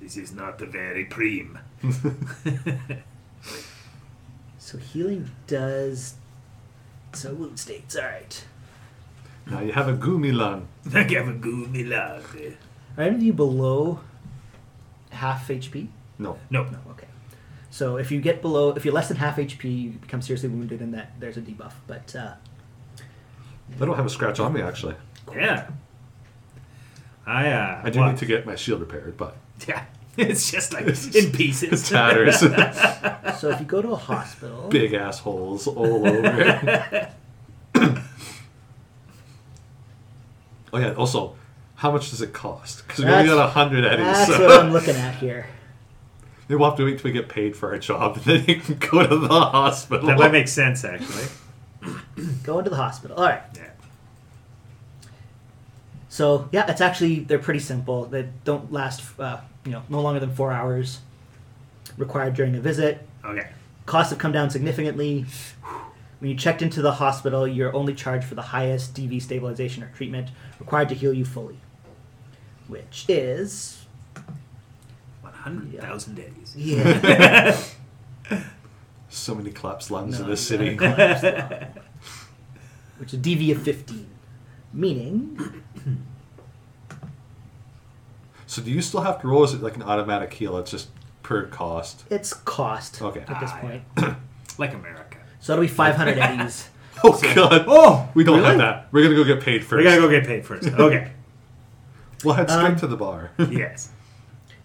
This is not the very prim.
So healing does. So wound states. All right.
now you have a Gumilan.
I have a gloomy love.
Are any of you below half HP?
No.
No.
No. Okay. So if you get below, if you're less than half HP, you become seriously wounded, and that there's a debuff. But uh,
I don't have a scratch on me, actually.
Yeah. uh, I, uh,
I do
wa-
need to get my shield repaired, but
Yeah. it's just like in pieces.
Tatters,
So if you go to a hospital,
big assholes all over. oh yeah. Also, how much does it cost? Because we only
That's-
got a hundred eddies.
that's
So.
what I'm looking at here.
Maybe we'll have to wait till we get paid for our job, and then you can go to the hospital.
That might make sense, actually.
Going to the hospital. All right.
Yeah.
So yeah, it's actually they're pretty simple. They don't last, uh, you know, no longer than four hours. Required during a visit.
Okay.
Costs have come down significantly. When you checked into the hospital, you're only charged for the highest DV stabilization or treatment required to heal you fully, which is
One hundred thousand days.
yeah.
so many collapsed lungs
No,
in this
you gotta collapse
city.
the lung. which is DV of 15, meaning
So do you still have to roll? or Is it like an automatic heal? It's just per cost.
it's cost
Okay.
at this
Ah,
point.
Like America.
So it'll be 500 eddies.
Oh god.
Oh,
We don't
really?
have that. We're gonna go get paid first.
We gotta go get paid first. Okay.
We'll head straight
Um,
to the bar.
yes.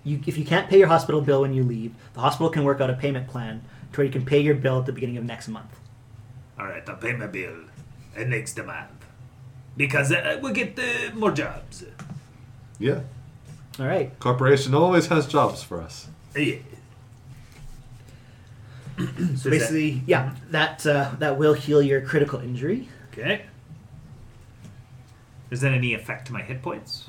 You, if you can't pay your hospital bill when you leave, the hospital can work out a payment plan to where you can pay your bill at the beginning of next month.
All right, I'll pay my bill uh, next month because uh, we get uh, more jobs. Uh,
yeah.
All right.
Corporation always has jobs for us.
Uh, yeah.
So basically, yeah, that uh, that will heal your critical injury.
okay. Is that any effect to my hit points?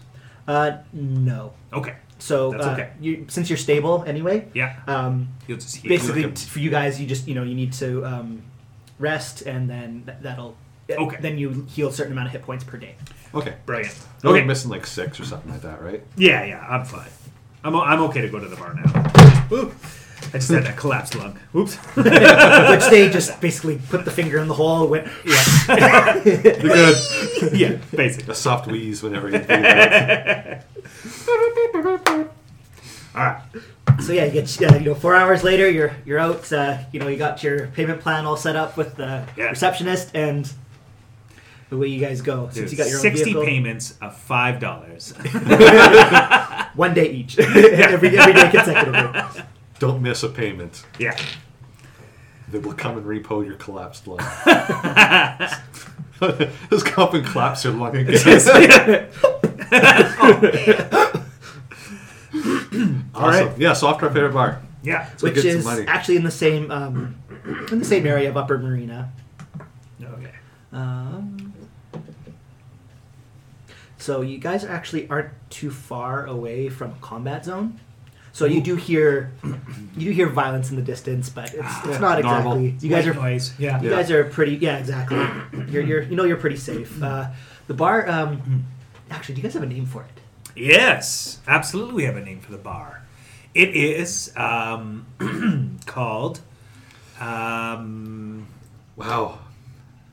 Uh, no.
Okay.
So
That's
uh,
okay.
you, since you're stable anyway,
Yeah.
Uh,
um,
You'll just heal.
basically
Okay.
t- for you guys, you just you know you need to um, rest and then th- that'll
Okay.
Then you heal a certain amount of hit points per day.
Okay.
Brilliant.
We're
Okay.
missing like six or something like that, right?
Yeah, yeah, I'm fine. I'm, o- I'm okay to go to the bar now. Oop. I just had a collapsed lung. Oops.
Which they just basically put the finger in the hole. Went
yeah.
They're good.
yeah, basically.
A soft wheeze whenever you do that.
All right.
So yeah, you get uh, you know four hours later, you're you're out. Uh, you know you got your payment plan all set up with the
Yeah.
receptionist, and the way you guys go since you got your own
60
vehicle,
payments of $5.
one day each, every every day consecutively.
Don't miss a payment.
yeah.
They will come and repo your collapsed lung. Just come up and collapse your lung again. awesome. Yeah, so off to our favorite bar.
Yeah.
we
which
get some
is
money.
actually in the same um, in the same area of Upper Marina.
Okay.
Um, so you guys actually aren't too far away from a combat zone. So you do hear you do hear violence in the distance, but it's, it's not
Normal.
exactly. You guys
White
are
noise. oh, Yeah.
you
Yeah.
guys are pretty. Yeah, exactly. You're, you're you know you're pretty safe. Uh, the bar. Um, actually, do you guys have a name for it?
Yes, absolutely. We have a name for the bar. It is um, called. Um,
Wow.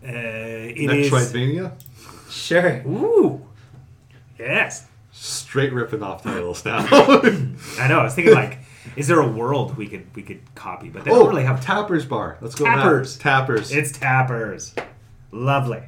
uh, it
Next
is-
Transylvania,
Sure.
Ooh. Yes.
straight ripping off titles now.
I know. I was thinking like, is there a world we could we could copy? But they
Oh.
don't really have.
Tappers Bar. Let's go.
Oh. Tappers.
Tappers. Tappers.
it's tappers. Lovely.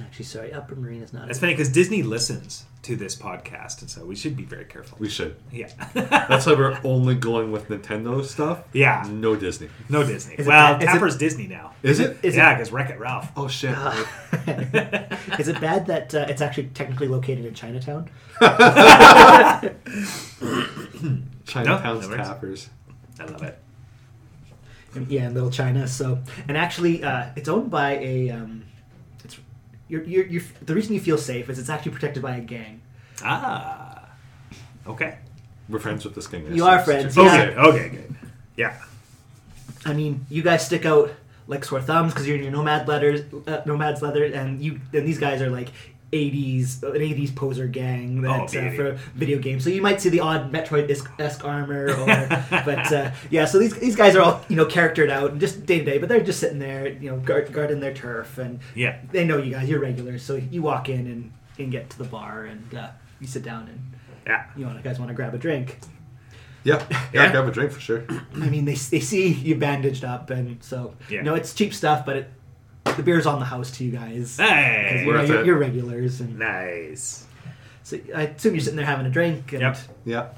Actually, sorry. Upper Marina is not.
That's
A,
funny because Disney listens to this podcast, and so we should be very careful.
we should.
Yeah.
That's why we're only going with Nintendo stuff.
Yeah.
No Disney.
no Disney.
Is it
well,
that- is it-
Tapper's Disney now.
Is it?
is
yeah, because Wreck It Ralph.
Oh shit.
it is it bad that uh, it's actually technically located in Chinatown?
Chinatown's
No, that works.
Tappers.
I love it.
And- yeah, in Little China. So, and actually, uh, it's owned by a. Um, it's you're, you're, you're, the reason you feel safe is it's actually protected by a gang.
Ah. Okay.
We're friends with this gang.
You are friends.
Okay.
Yeah.
Okay. Good. Yeah.
I mean, you guys stick out like sore thumbs because you're in your nomad letters, uh, nomads leather, and you and these guys are like. 80s, an 80s poser gang that's uh,
Oh, beauty.
for video games. So you might see the odd Metroid esque armor, or, but uh, yeah. So these these guys are all you know charactered out and just day to day, but they're just sitting there, you know, guard, guarding their turf, and
Yeah.
they know you guys. You're regulars, so you walk in and, and get to the bar, and uh, you sit down, and
Yeah.
you know, you guys want to grab a drink.
Yeah. yeah.
Yeah.
Grab a drink for sure.
I mean, they, they see you bandaged up, and so
Yeah.
you know it's cheap stuff, but it, the beer's on the house to you guys. 'Cause,
Hey.
you know,
Worth
you're,
it.
you're regulars, and
Nice.
So I assume you're sitting there having a drink. And
Yep.
Yeah.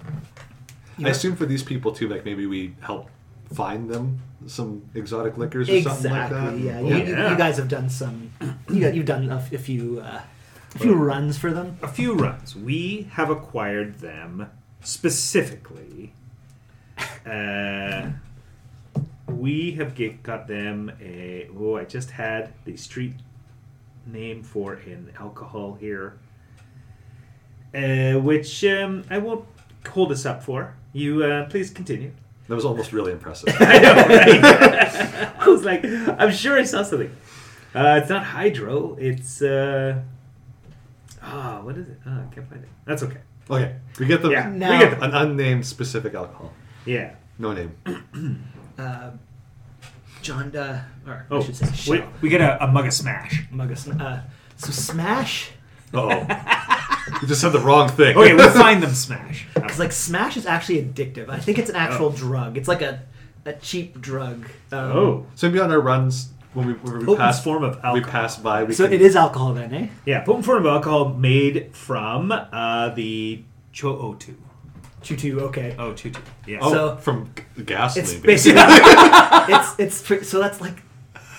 you
I
know-
assume for these people too, like maybe we help find them some exotic liquors or
Exactly.
something like that.
yeah.
Oh,
You, you-
yeah.
you guys have done some. You got, you've done a, f- a few. Uh, a few runs for them.
a few runs. We have acquired them specifically. Uh, we have get, got them a. Oh, I just had the street name for an alcohol here, uh, which um, I won't hold us up for. You uh, please continue.
That was almost really impressive.
I know, right? I was like, I'm sure I saw something. Uh, it's not hydro. It's uh, ah, what is it? Oh, I can't find it. That's okay.
okay, we get them.
Yeah,
Now-
we get them.
An unnamed specific alcohol.
Yeah.
No name.
Uh, John, uh, or
Oh,
I should say,
we,
Shell.
we get a, a mug of smash.
Mug of Sm- uh, so Smash.
Oh, you just said the wrong thing.
Okay, we'll find them smash.
It's like Smash is actually addictive. I think it's
Oh.
an actual drug. It's like a, a cheap drug. Um,
Oh,
so maybe on our runs when we, when we
potent
pass
form of alcohol.
we pass by. We
So
can,
it is alcohol then, eh?
Yeah, potent form of alcohol made from uh, the Cho O two.
Choo choo. Okay.
Oh, two two. Yeah.
oh,
so-
from g- gasoline.
It's
basically.
basically it's it's pre- so that's like.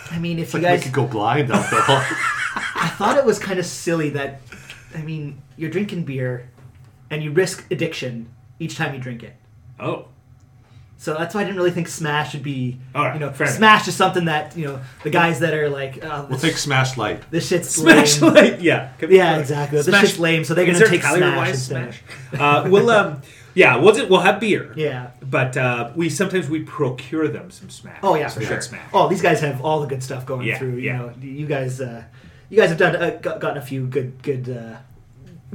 I mean, if
Like
you
we
guys,
could go blind alcohol.
I thought it was kind of silly that, I mean, you're drinking beer, and you risk addiction each time you drink it.
oh.
So that's why I didn't really think Smash would be,
All right,
you know,
fair enough.
Smash is something that you know the guys that are like, oh,
we'll
this,
take Smash Light.
this shit's
Smash
lame.
like yeah. Can we-
Yeah, exactly. This shit's lame, so they're
Is
gonna
there
take
calorie-wise
Smash
Uh, we'll um, yeah, we'll do, we'll have beer.
Yeah.
But uh, we sometimes we procure them some smash.
Oh yeah,
Some
for
good
sure.
Smash.
Oh, these guys have all the good stuff going
Yeah,
through. You
yeah.
know, you guys, uh, you guys have done uh, got, gotten a few good, good, uh,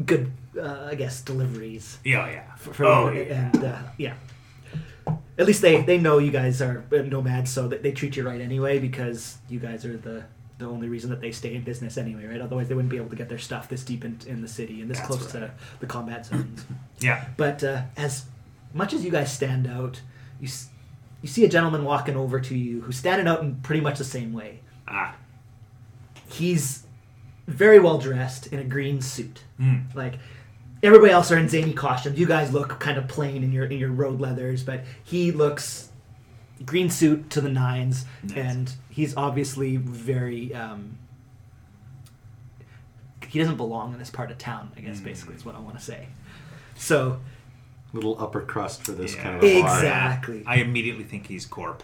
good, uh, I guess deliveries.
yeah, yeah.
For,
oh yeah.
and uh, yeah. At least they they know you guys are uh, nomads, so that they treat you right anyway because you guys are the the only reason that they stay in business anyway, right? Otherwise, they wouldn't be able to get their stuff this deep in, in the city and this
That's
close
right.
to the combat zones.
Yeah.
But uh, as much as you guys stand out, you s- you see a gentleman walking over to you who's standing out in pretty much the same way.
Ah.
He's very well dressed in a green suit.
Mm.
Like everybody else are in zany costumes. You guys look kind of plain in your in your road leathers, but he looks green suit to the nines,
Nice.
and he's obviously very. Um, he doesn't belong in this part of town. I guess basically is what I want to say. So
Little upper crust for this
Yeah.
kind of bar.
Exactly.
I immediately think he's Corp.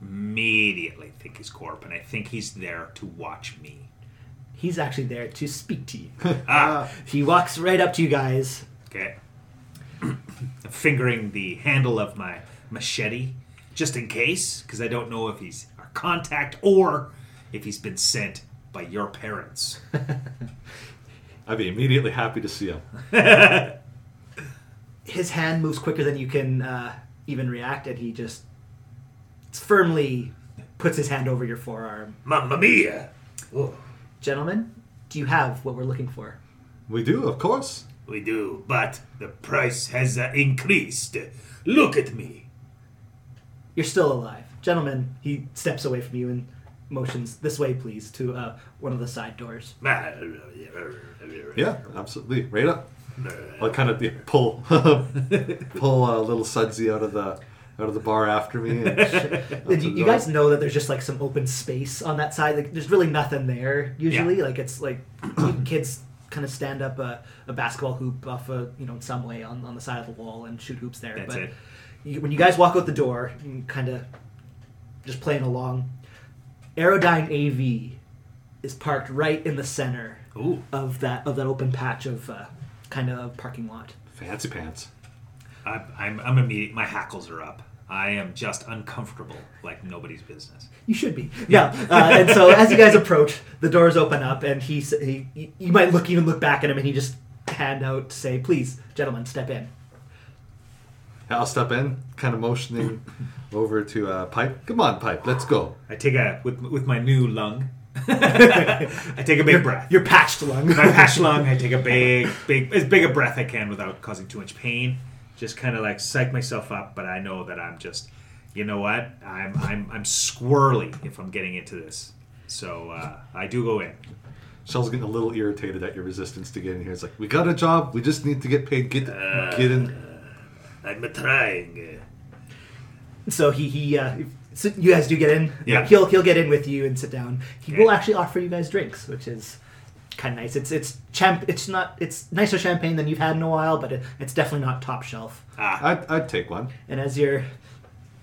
Immediately think he's Corp, and I think he's there to watch me.
He's actually there to speak to you.
Ah.
he walks right up to you guys.
Okay. Fingering the handle of my machete, just in case, because I don't know if he's our contact or if he's been sent by your parents.
I'd be immediately happy to see him.
His hand moves quicker than you can uh, even react, and he just firmly puts his hand over your forearm.
Mamma mia! Oh,
Gentlemen, do you have what we're looking for?
We do, of course.
we do, but the price has uh, increased. Look at me.
You're still alive. Gentlemen, he steps away from you and motions this way, please, to uh, one of the side doors.
Yeah, absolutely. Right up. I'll kind of yeah, pull pull a little sudsy out of the out of the bar after me. And
Did you, you guys know that there's just like some open space on that side. Like, there's really nothing there usually. Like it's like kids kind of stand up a, a basketball hoop off a you know in some way on, on the side of the wall and shoot hoops there.
That's
but
it.
You, when you guys walk out the door and kind of just playing along, Aerodyne AV is parked right in the center
Ooh.
of that of that open patch of uh, kind of parking lot.
fancy pants.
I'm, I'm, I'm immediate. My hackles are up. I am just uncomfortable, like nobody's business.
You should be. Yeah. Uh, and so as you guys approach, the doors open up, and he, s- he he- you might look even look back at him, and he just hand out say, "Please, gentlemen, step in."
I'll step in, kind of motioning over to uh, Pipe. Come on, Pipe, let's go.
I take a with with my new lung. I take a big breath.
Your patched lung.
my patch lung. I take a big, big, as big a breath I can without causing too much pain. Just kind of like psych myself up, but I know that I'm just, you know what? I'm I'm I'm squirrely if I'm getting into this. So uh, I do go in.
Shell's getting a little irritated at your resistance to get in here. It's like, we got a job. We just need to get paid. Get, get in.
Uh, I'm trying.
So he he. Uh, so you guys do get in.
Yeah.
Like, he'll he'll get in with you and sit down. He will actually offer you guys drinks, which is kind of nice. It's it's champ. It's not. It's nicer champagne than you've had in a while, but it, it's definitely not top shelf.
uh, ah,
I'd, I'd take one.
And as you're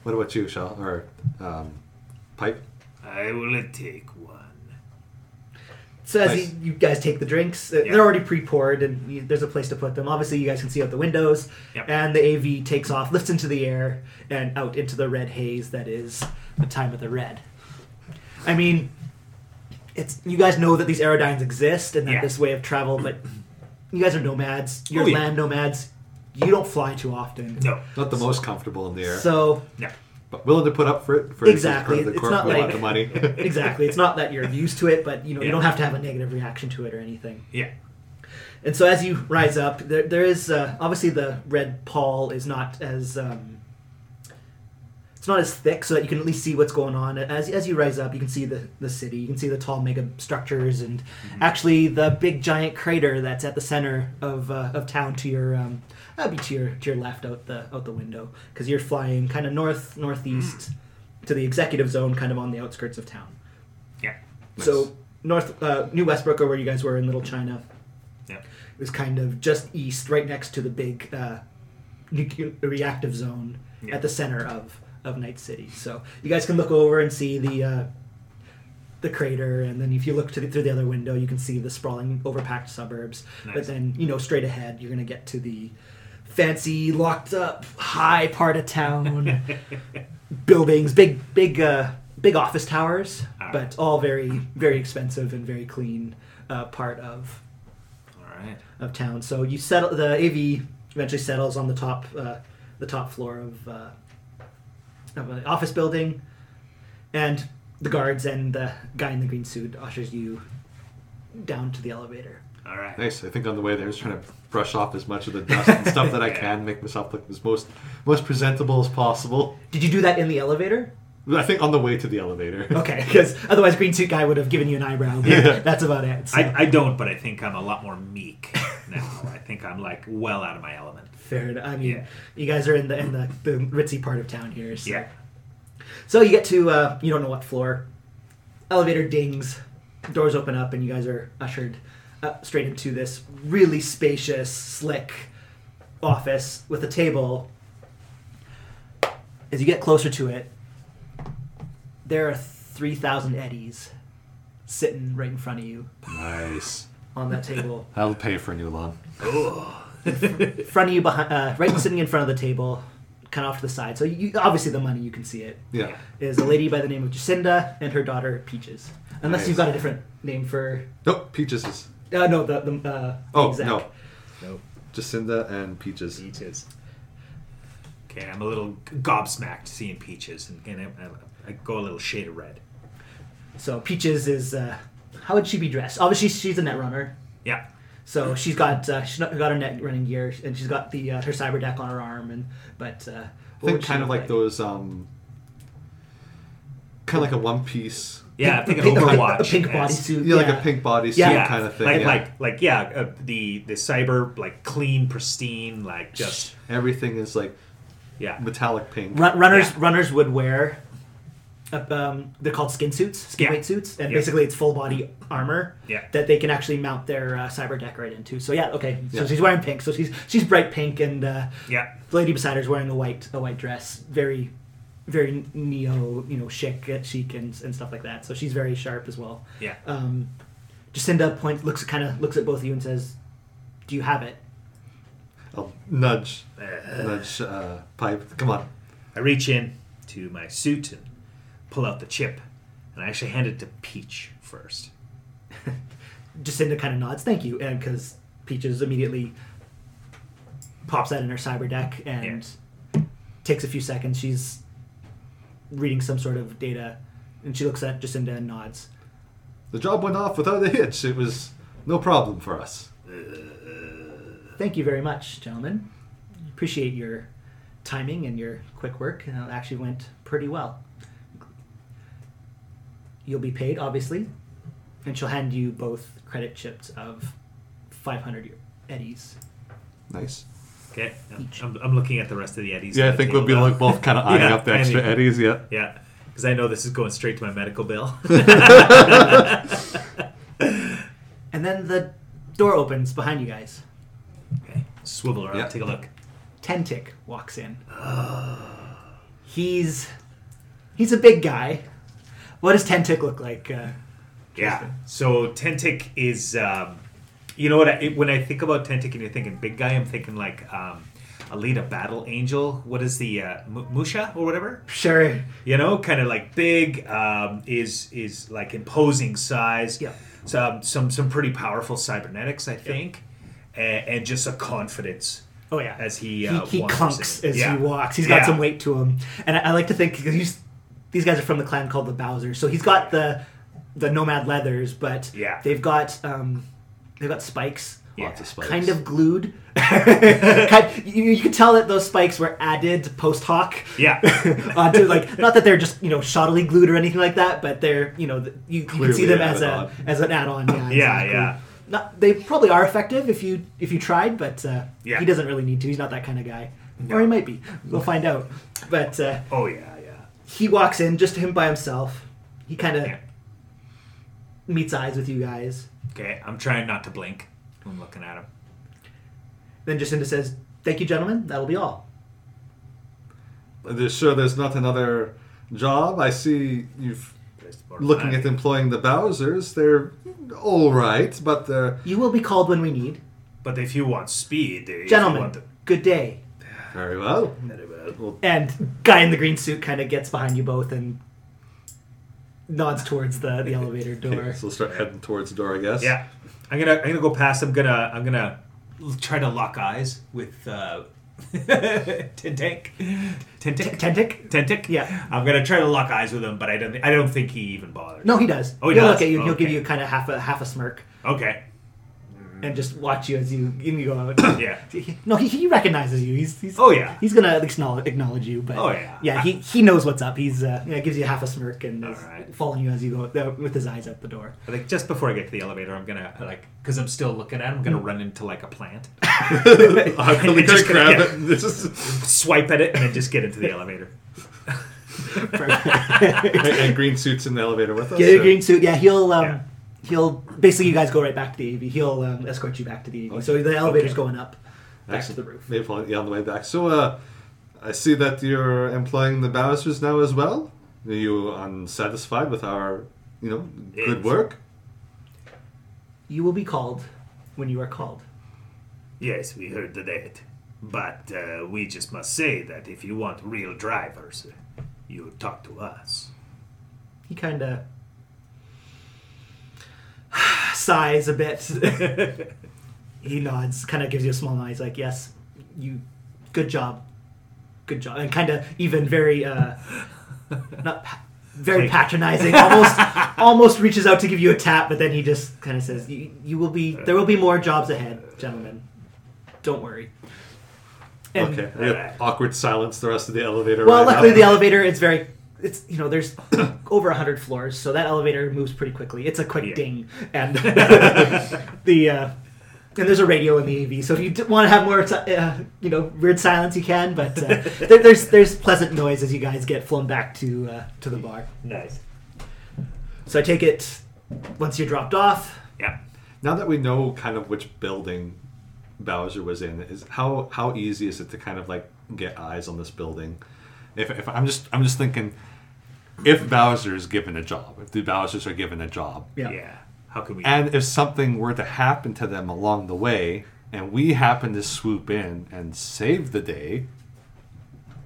What about you, Shell? Or, um, Pipe?
I will take one.
So as
Nice.
you, you guys take the drinks, uh,
Yeah.
they're already pre-poured, and you, there's a place to put them. Obviously, you guys can see out the windows,
Yep.
and the AV takes off, lifts into the air, and out into the red haze that is the time of the red. I mean, it's you guys know that these aerodynes exist and that
Yeah.
this way of travel, but you guys are nomads. You're
Oh, yeah.
land nomads. You don't fly too often.
No,
Not the most comfortable in the air,
So
no.
but willing to put up for it for
Exactly.
the
It's
corp
not
we want
like-
the money.
exactly, it's not that you're used to it, but you know
Yeah.
you don't have to have a negative reaction to it or anything.
Yeah.
And so as you rise up, there, there is uh, obviously the red pall is not as um, it's not as thick, so that you can at least see what's going on. As as you rise up, you can see the the city, you can see the tall mega structures, and actually the big giant crater that's at the center of uh, of town to your um, that'd be to your to your left out the out the window because you're flying kind of north northeast to the executive zone, kind of on the outskirts of town.
Yeah.
So north uh, New Westbrook, or where you guys were in Little China
Yeah.
was kind of just east, right next to the big uh, nuclear reactive zone
Yeah.
at the center of of Night City. So you guys can look over and see the uh, the crater, and then if you look to the, through the other window, you can see the sprawling, overpacked suburbs. But
Nice.
then you know, straight ahead, you're gonna get to the fancy, locked up, high part of town. buildings, big, big, uh, big office towers,
Ah.
but all very, very expensive and very clean uh, part of
All right.
of town. So you settle the AV eventually settles on the top uh, the top floor of uh, of an office building, and the guards and the guy in the green suit ushers you down to the elevator.
All right.
Nice. I think on the way there, I was trying to brush off as much of the dust and stuff that I can, make myself look as most most presentable as possible.
Did you do that in the elevator?
I think on the way to the elevator.
Okay, because otherwise green suit guy would have given you an eyebrow. But That's about it. So,
I, I don't, but I think I'm a lot more meek now. I think I'm like well out of my element.
fair. enough. I mean,
Yeah.
you guys are in the in the, the ritzy part of town here. So.
Yeah.
So you get to uh, you don't know what floor. Elevator dings, doors open up, and you guys are ushered uh, straight into this really spacious, slick office with a table. As you get closer to it, there are three thousand eddies sitting right in front of you
Nice.
on that table.
I'll pay for a new lawn.
in front of you, behind, uh, right sitting in front of the table, kind of off to the side. So you obviously the money you can see it.
Yeah.
is a lady by the name of Jacinda and her daughter Peaches. Unless
Nice.
you've got a different name for
Nope. Peaches is.
uh, no the, the uh,
Oh
exact.
no.
Nope.
Jacinda and Peaches.
Peaches. Okay, I'm a little gobsmacked seeing peaches, and, and I, I, I go a little shade of red.
So Peaches is uh, how would she be dressed? Obviously she's a net runner,
Yeah.
Hmm.
so she's got uh, she's not- got her net running gear and she's got the uh, her cyber deck on her arm and but uh,
I
what
think
would she
kind of
look
like, those. um Kind of like a one piece.
Yeah, I think an
Pink- a pink-
Overwatch.
A pink
esque.
bodysuit.
Yeah, like
yeah.
a pink bodysuit
Yeah.
kind of thing.
Like,
yeah.
like, like, yeah, uh, the the cyber, like, clean, pristine, like, just,
everything is like
yeah.
metallic pink.
Run- runners
Yeah.
runners would wear uh, um, they're called skin suits skin
Yeah.
weight suits and
Yeah.
basically it's full body armor
Yeah.
that they can actually mount their uh, cyber deck right into so yeah okay so
Yeah.
she's wearing pink so she's she's bright pink and uh,
Yeah.
the lady beside her is wearing a white a white dress very very neo you know chic uh, chic and, and stuff like that so she's very sharp as well
Yeah.
um, Jacinda points looks kind of looks at both of you and says do you have it
I'll nudge, nudge uh, pipe. Come on.
I reach in to my suit and pull out the chip, and I actually hand it to Peach first.
Jacinda kind of nods, thank you, and because Peaches immediately pops that in her cyber deck and takes a few seconds. She's reading some sort of data, and she looks at Jacinda and nods.
The job went off without a hitch. It was no problem for us.
Thank you very much, gentlemen. Appreciate your timing and your quick work. and It actually went pretty well. You'll be paid, obviously. and she'll hand you both credit chips of 500 eddies.
Nice.
Okay, I'm, I'm, I'm looking at the rest of the eddies.
Yeah,
on
I
the
think we'll
table
be
now.
like both kind of eyeing
Yeah,
up the extra
and-
eddies. Yeah.
Yeah, because I know this is going straight to my medical bill.
And then the door opens behind you guys.
okay, swivel around,
Yeah.
take a look.
Tentic walks in. he's he's a big guy. What does Tentic look like? Uh,
Yeah. So Tentic is, um, you know what? I, when I think about Tentic and you're thinking big guy, I'm thinking like um, Alita Battle Angel. What is the uh, M- Musha or whatever?
sure.
You know, kind of like big um, is is like imposing size.
Yeah.
Some some some pretty powerful cybernetics, I think, A- and, just a confidence.
Oh yeah.
As he, uh,
he, he
wanders
clunks
in.
as
Yeah.
he walks. He's got
Yeah.
some weight to him, and I, I like to think 'cause he's, these guys are from the clan called the Bowser. So he's got the the nomad leathers, but
Yeah.
they've got um, they've got spikes.
Lots of spikes.
Kind of glued. Kind- you, you could tell that those spikes were added post hoc.
Yeah.
onto Uh, like not that they're just you know shoddily glued or anything like that, but they're you know th- you, you can see
Clearly
them
an
as a
add-on.
as an add-on. Yeah,
Yeah,
exactly.
yeah.
Not, they probably are effective if you if you tried, but uh,
Yeah.
he doesn't really need to. He's not that kind of guy, or he might be. We'll find out. But uh,
oh yeah, yeah.
he walks in just him by himself. He kind of
Yeah.
meets eyes with you guys.
Okay, I'm trying not to blink. when I'm looking at him.
Then Jacinda says, "Thank you, gentlemen. That'll be all."
There's sure there's not another job. I see you've looking at employing the Bowsers. They're all right, but they're
You will be called when we need,
But if you want speed, if you
gentlemen.
want the-
Good day.
very well.
And guy in the green suit kind of gets behind you both and nods towards the, the elevator door.
So we'll start heading towards the door, I guess.
Yeah, I'm gonna I'm gonna go past. I'm gonna I'm gonna l- try to lock eyes with uh, Tentic. Tentic.
Tentic?
Tentic.
Yeah.
I'm gonna try to lock eyes with him, but I don't thi- I don't think he even bothered.
No, he does.
Oh, he
he'll
does?
look at you and he'll give
Okay.
you kind of half a half a smirk
Okay.
and just watch you as you, you go out.
Yeah.
No, he, he recognizes you. He's, he's
Oh, yeah.
He's gonna acknowledge, acknowledge you, but
Oh, yeah.
yeah. He he knows what's up. He's uh, yeah, gives you half a smirk and is
Alright.
following you as you go uh, with his eyes out the door.
I think just before I get to the elevator, I'm gonna like because I'm still looking at him. I'm
Mm.
gonna run into like a plant,
How can
You're
we
just
just
gonna
grab
get-
it? This is
swipe at it, and then just get into the elevator.
and, and green suits in the elevator with us.
Yeah, the
or-
green suit. Yeah, he'll um,
Yeah.
he'll basically you guys go right back to the AV. He'll um, escort you back to the AV. So the elevator's going up, back to
Excellent.
the roof.
Maybe on- yeah, on the way back. So, uh, I see that you're employing the Bowsers now as well. Are you unsatisfied with our, you know, good
Yes.
work?
You will be called when you are called.
Yes, we heard that. But uh, we just must say that if you want real drivers, you talk to us.
He kind of sighs a bit. he nods, kind of gives you a small nod. He's like, "Yes, you, good job, good job," and kind of even very uh, not pa- very
Like-
patronizing. Almost, almost reaches out to give you a tap, but then he just kind of says, you, "You will be. There will be more jobs ahead, gentlemen. Don't worry." And-
okay. Yeah, Awkward silence the rest of the elevator.
uh, well,
right
luckily
now.
the elevator it's very it's you know there's over hundred floors, so that elevator moves pretty quickly. It's a quick
Yeah.
ding, and the uh, and there's a radio in the AV. So if you want to have more si- uh, you know weird silence, you can. But uh, there, there's there's pleasant noise as you guys get flown back to uh, to the bar.
Nice.
So I take it once you're dropped off.
Yeah.
Now that we know kind of which building Bowser was in, is how how easy is it to kind of like get eyes on this building? If, if I'm just I'm just thinking, if Bowser is given a job, if the Bowsers are given a job,
Yeah. How can we?
and if something were to happen to them along the way, and we happen to swoop in and save the day,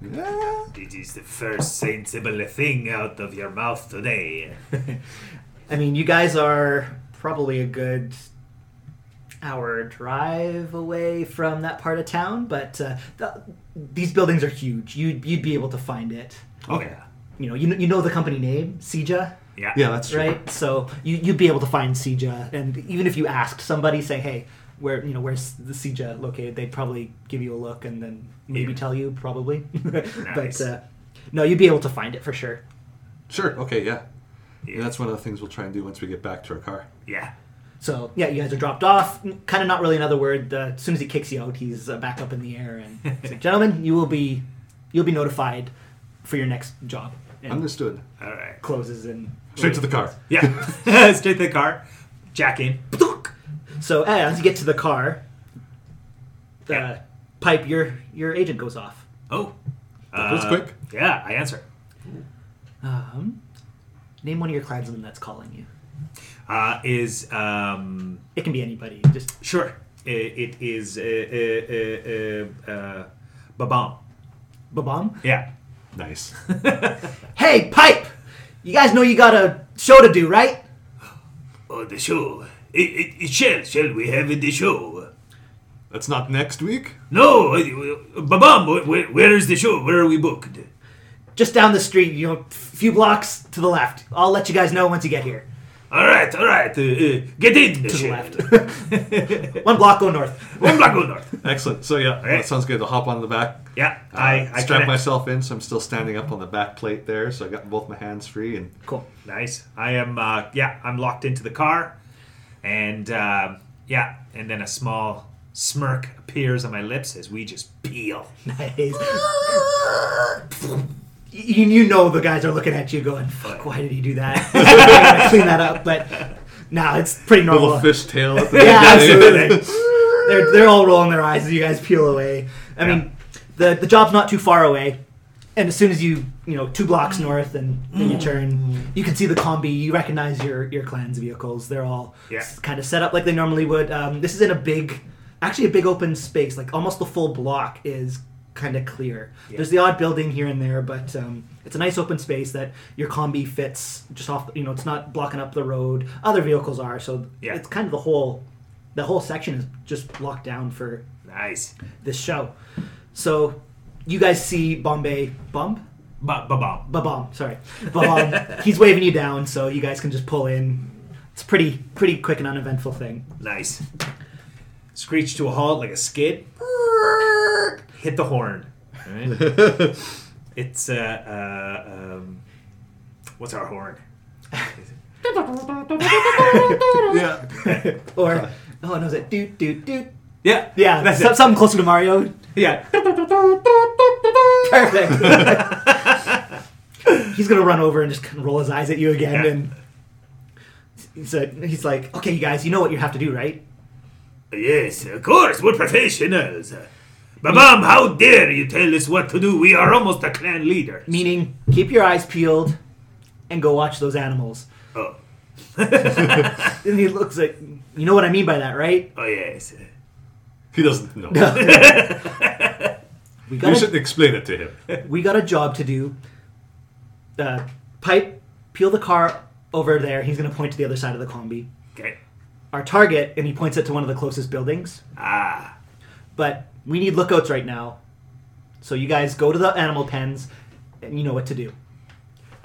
yeah,
it is the first sensible thing out of your mouth today.
I mean, you guys are probably a good hour drive away from that part of town, but uh, th- these buildings are huge. You'd, you'd be able to find it.
oh yeah.
You know, you, kn- you know the company name, Sija,
Yeah.
yeah, that's true.
right? So you, you'd be able to find Sija, and even if you asked somebody, say, hey, where you know where's the Sija located? They'd probably give you a look and then maybe
Yeah.
tell you, probably.
Nice.
But uh, no, you'd be able to find it for sure.
Sure. Okay. Yeah. And that's one of the things we'll try and do once we get back to our car.
Yeah.
So yeah, you guys are dropped off. Kind of not really another word. Uh, as soon as he kicks you out, he's uh, back up in the air and he's like, "Gentlemen, you will be, you'll be notified for your next job." And
Understood.
All right.
closes and
Straight to the car.
Yeah. Straight to the car. Jack in.
So eh, as you get to the car, the
Yeah.
pipe your your agent goes off.
Oh.
That was
Uh,
quick.
Yeah, I answer.
Um, name one of your clansmen that's calling you.
Uh, is um
It can be anybody. Just
sure. I- It is uh, uh, uh, uh, Babam.
babam.
Yeah.
Nice.
Hey, pipe! You guys know you got a show to do, right?
Oh, the show. It, it, it shall shall we have the show?
That's not next week.
No, uh, Babam. Where, where is the show? Where are we booked?
Just down the street, you know, a few blocks to the left. I'll let you guys know once you get here.
All right, all right. Uh, uh, get in.
To the left. One block, go north.
One block go north.
Excellent. So yeah, that sounds good. I'll hop on the back.
Yeah,
Uh,
I, I
strap
connect.
myself in, so I'm still standing up on the back plate there. So I got both my hands free, and
Cool.
Nice. I am. Uh, yeah, I'm locked into the car, and uh, yeah, and then a small smirk appears on my lips as we just peel.
Nice. you, you know the guys are looking at you going, fuck, why did he do that? I gotta clean that up, but nah, it's pretty normal.
little fish tail. At the
Yeah,
beginning.
absolutely. they're, they're all rolling their eyes as you guys peel away. I mean, the, the job's not too far away. And as soon as you, you know, two blocks north and then you turn, you can see the combi. You recognize your, your clan's vehicles. They're all
Yeah.
kind of set up like they normally would. Um, this is in a big, actually a big open space. Like almost the full block is kind of clear. There's the odd building here and there, but um, it's a nice open space that your combi fits just off, you know, it's not blocking up the road. Other vehicles are. So
Yeah.
it's kind of the whole the whole section is just locked down for
Nice.
this show. So you guys see Bombay Bump?
Ba ba ba.
Babam, sorry. Babam. he's waving you down so you guys can just pull in. It's pretty pretty quick and uneventful thing.
Nice. Screech to a halt like a skid. Hit the horn. Alright. it's uh, uh um, what's our horn?
yeah.
Or oh no, is it doot doot doot?
Yeah,
Yeah,
that's
some-
it.
something closer to Mario.
Yeah.
Perfect. he's gonna run over and just kind of roll his eyes at you again,
Yeah.
and he's like, he's like, "Okay, you guys, you know what you have to do, right?"
Yes, of course, we're professionals. Babam, how dare you tell us what to do? We are almost a clan leader.
Meaning, keep your eyes peeled and go watch those animals.
Oh,
And he looks like, you know what I mean by that, right?
oh yes.
He doesn't know.
We
you
got,
should
a,
explain it to him.
we got a job to do. Uh, pipe, peel the car over there. He's going to point to the other side of the combi.
Okay.
Our target, and he points it to one of the closest buildings.
Ah,
But we need lookouts right now. So you guys go to the animal pens, and you know what to do.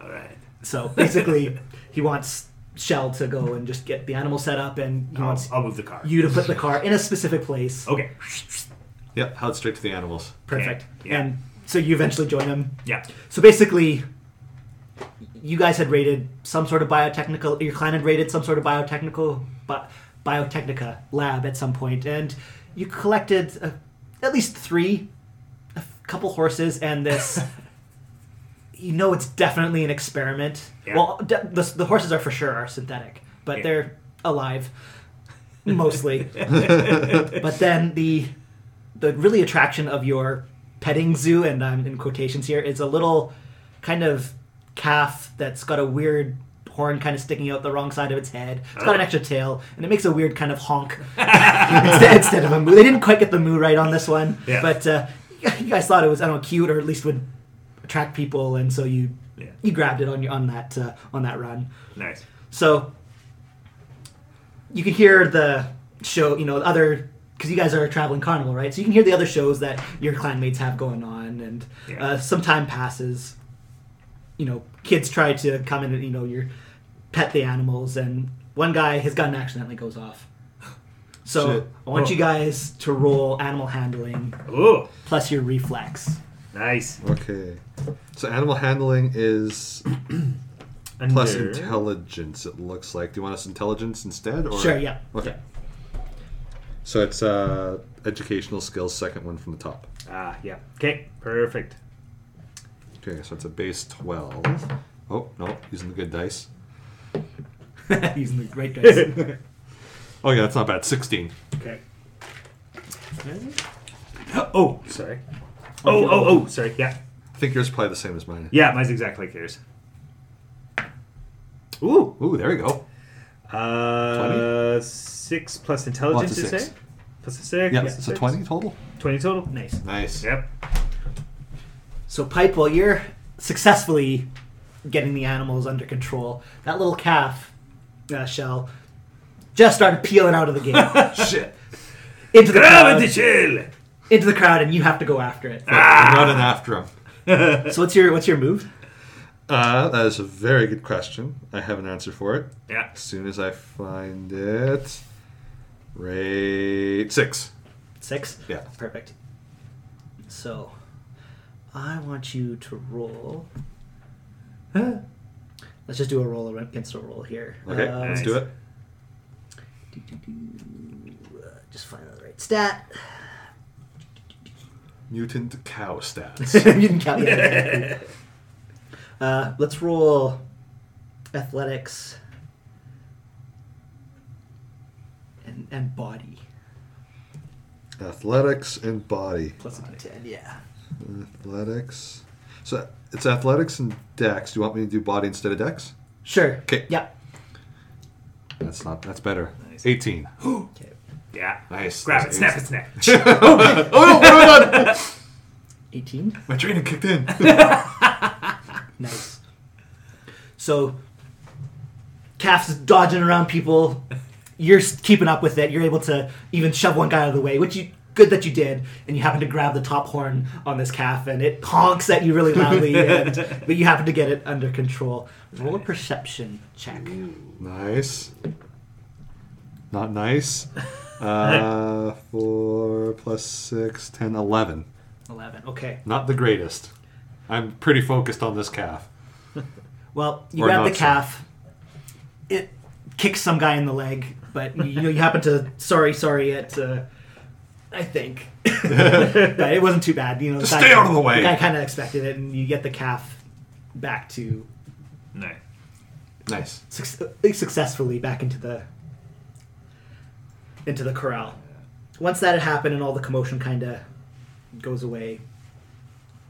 all right.
So basically, he wants Shell to go and just get the animal set up, and he
I'll,
wants
I'll move the car.
you to put the car in a specific place.
Oh, Okay.
Yep. Held straight to the animals.
Perfect.
Yeah, yeah.
And so you eventually join them.
Yeah.
So basically, you guys had raided some sort of biotechnical. Your clan had raided some sort of biotechnical, bi- biotechnica lab at some point, and you collected uh at least three, a f- couple horses, and this. you know, it's definitely an experiment.
Yeah.
Well, de- the, the horses are for sure are synthetic, but
Yeah.
they're alive, mostly. but then the the really attraction of your petting zoo, and I'm in quotations here, is a little kind of calf that's got a weird horn kind of sticking out the wrong side of its head. It's got an
Oh.
extra tail, and it makes a weird kind of honk instead, instead of a moo. They didn't quite get the moo right on this one,
Yeah.
but uh, you guys thought it was I don't know cute or at least would attract people, and so you
Yeah.
you grabbed it on your on that uh, on that run.
Nice.
So you can hear the show, you know, the other because you guys are a traveling carnival, right? So you can hear the other shows that your clanmates have going on, and
Yeah.
uh, some time passes. You know, kids try to come in and you know your pet the animals, and one guy his gun accidentally goes off. So
Shit.
I want
Oh.
you guys to roll animal handling
Oh,
plus your reflex.
nice.
Okay. So animal handling is plus
Under-
intelligence. It looks like. Do you want us intelligence instead? Or?
Sure, yeah.
Okay. So it's uh, educational skills, second one from the top.
Ah, yeah. Okay, perfect.
Okay, so it's a base twelve. Oh no, using the good dice.
Using the right dice.
Oh yeah, that's not bad. Sixteen.
Okay. Oh, sorry. Oh, oh, oh, sorry. Yeah.
I think yours is probably the same as mine.
Yeah, mine's exactly like yours. Ooh.
Ooh, there we go.
Uh, six plus intelligence,
Lots of
you
six.
say? Plus a six.
Yeah,
yeah,
so
six.
twenty total.
20 total.
nice.
Nice.
Yep.
So, Pipe, while you're successfully getting the animals under control, that little calf uh, shell just started peeling out of the game
Shit.
into the crowd,
chill.
into the crowd, and you have to go after it.
Ah!
I'm running after him.
So, what's your what's your move?
Uh, that is a very good question. I have an answer for it.
Yeah.
As soon as I find it. Rate six.
Six.
Yeah.
Perfect. So, I want you to roll. Let's just do a roll against a roll here.
Okay,
Uh,
let's do
nice.
it.
do, do, do, uh, Just find the right stat.
Mutant cow
you
stats.
didn't count yet. exactly. uh, let's roll athletics and, and body.
athletics and body.
Plus a d10, yeah.
Athletics. So it's athletics and dex. Do you want me to do body instead of dex?
Sure.
'Kay.
Yep.
That's not. That's better.
Nice. Oh,
Eighteen.
Okay.
Yeah.
Nice.
Grab it,
That's
snap it,
eight.
snap.
oh no! What have I done?
18.
My training kicked in.
Nice. So, Calf's dodging around people. You're s- keeping up with it. You're able to even shove one guy out of the way, which you good that you did. And you happen to grab the top horn on this calf, and it honks at you really loudly. and, but you happen to get it under control. Roll a perception check.
nice. Not nice. Uh, four plus six, ten, eleven.
Eleven. Okay.
Not the greatest. I'm pretty focused on this calf.
Well, you
Or
grab the
not so.
calf. It kicks some guy in the leg, but you, you know you happen to sorry, sorry it. Uh, I think, but it wasn't too bad. You know,
Just stay out of the way.
I kind of expected it, and you get the calf back to
No.
Nice.
suc- uh, successfully back into the into the corral. Once that had happened and all the commotion kind of goes away,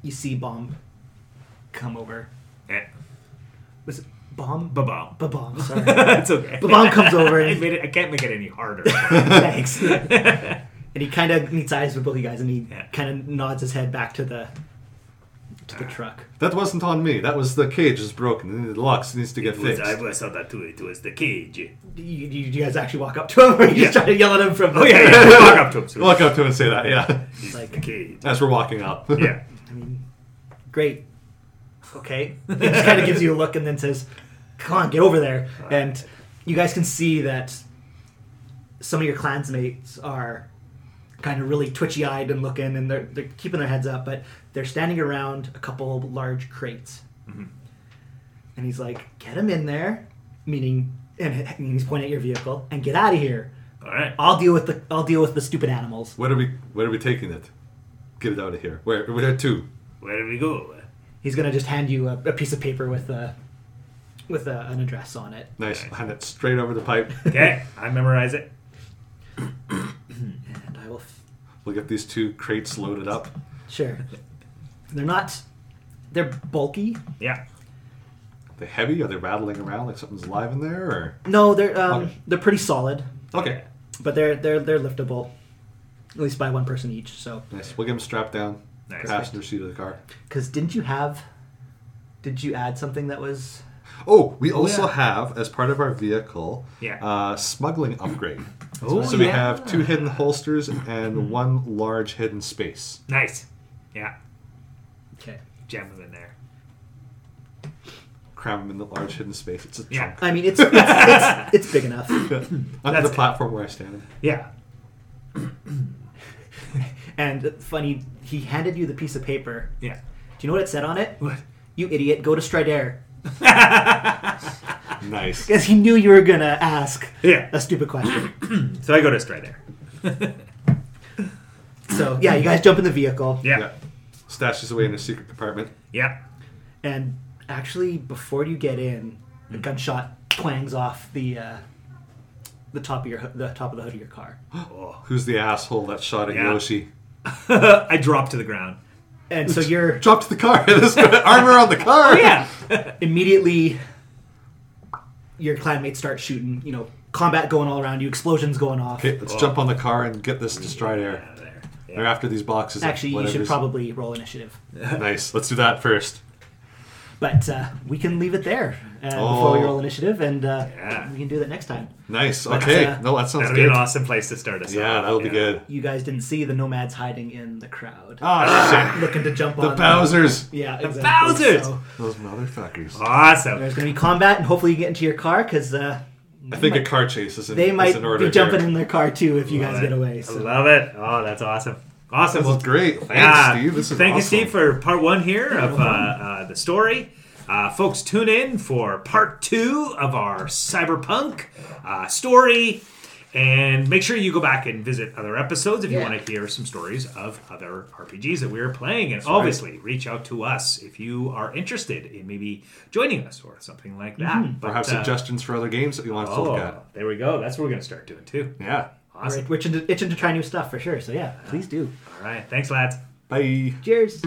you see Bomb come over.
Yeah.
Was it Bomb?
Ba-bomb.
Ba- Bomb. Sorry.
it's okay.
Babam comes over
I
and
made it. I can't make it any harder.
thanks. and he kind of meets eyes with both you guys, and he
Yeah.
kind of nods his head back to the to the
Uh.
truck.
That wasn't on me. That was the cage is broken. The locks needs to get fixed.
saw that too. It was the cage.
Do you, do you guys actually walk up to him, or you just
Yeah.
try to yell at him from?
Oh yeah, yeah. yeah. Walk up to him. So
Walk up to him and say that. Yeah.
It's
Like-
the cage.
As we're walking up.
Yeah.
I mean, great. Okay. He just kind of gives you a look and then says, "Come on, get over there." And you guys can see that some of your clansmates are kind of really twitchy-eyed and looking, and they're they're keeping their heads up, but they're standing around a couple large crates. And he's like, "Get him in there," meaning, and he's pointing at your vehicle, and get out of here.
All right.
I'll deal with the I'll deal with the stupid animals.
Where are we? Where are we taking it? Get it out of here. Where? Where to?
Where do we go?
He's gonna just hand you a, a piece of paper with a with a, an address on it.
Nice. Hand it straight over the pipe.
Okay. I memorize it.
And I will. F-
We'll get these two crates loaded up.
sure. They're not. They're bulky.
Yeah.
Are they heavy? Are they rattling around like something's alive in there? Or
No, they're um,
Okay.
they're pretty solid,
okay.
but they're they're they're liftable, at least by one person each. So,
Nice. We'll get them strapped down.
Nice.
Passenger seat of the car.
because didn't you have? Did you add something that was?
Oh, we also
yeah.
have as part of our vehicle,
Yeah.
uh, smuggling upgrade.
Oh,
so we
yeah. Hmm.
have two hidden holsters and one large hidden space.
Nice. Yeah.
Okay.
Jam them in there.
Cram them in the large hidden space. It's a
Yeah.
trunk
I mean, it's it's, it's, it's big enough.
under the
it.
platform where I stand.
Yeah.
And funny, he handed you the piece of paper.
Yeah.
Do you know what it said on it?
What?
You idiot! Go to Stridaire.
Nice.
Because he knew you were going to ask
Yeah.
a stupid question.
So I go to stride there.
So, yeah, you guys jump in the vehicle.
Yeah.
Yeah. Stashes away in a secret compartment.
Yeah.
And actually, before you get in,
Mm.
a gunshot twangs off the. Uh, the top of your ho- the top of the hood of your car,
Who's the asshole that shot at
Yeah.
Yoshi?
I drop to the ground.
and so you're
Dropped the car. There's armor on the car.
Yeah.
immediately your clanmates start shooting you know combat going all around you explosions going off
Okay, let's jump on the car and get this to stride air.
there.
They're after these boxes. of
actually you should
whatever's-
probably roll initiative
Nice. Let's do that first.
but uh, we can leave it there uh, before
Oh.
we roll initiative and uh,
Yeah.
we can do that next time
Nice. Okay.
uh,
no, that sounds
That'd be an
good.
awesome place to start us.
Yeah,
off.
that'll be
Yeah.
good.
you guys didn't see the nomads hiding in the crowd
Oh,
Ah, shit.
looking to jump
The
on
Bowser's.
yeah exactly.
Bowsers!
So
Those motherfuckers.
Awesome.
there's gonna be combat and hopefully you get into your car because uh,
I think a car chase is in,
they might
is in order.
be jumping
here.
in their car too if you guys
Love
get
it.
away
I
so
love it. Oh, that's awesome. Awesome.
This
Well,
is great. Thanks,
yeah.
Steve. This is
Ah, Thank you,
awesome.
Steve, for part one here of uh, uh, the story. Uh, folks, tune in for part two of our cyberpunk uh, story. And make sure you go back and visit other episodes if you
Yeah.
want to hear some stories of other RPGs that we are playing. And obviously, reach out to us if you are interested in maybe joining us or something like that. But,
Or have
uh,
suggestions for other games that you want us to look
Oh,
at.
there we go. That's what we're going to start doing too.
Yeah.
Awesome.
we're itching to, itching to try new stuff for sure so yeah please do
All right. Thanks, lads.
Bye.
cheers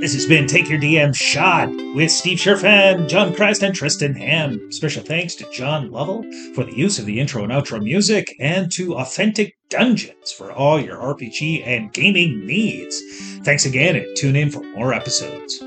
This has been Take Your DM Shot with Steve Sherfan, John Christ, and Tristan Ham. Special thanks to John Lovell for the use of the intro and outro music, and to Authentic Dungeons for all your RPG and gaming needs. Thanks again, and tune in for more episodes.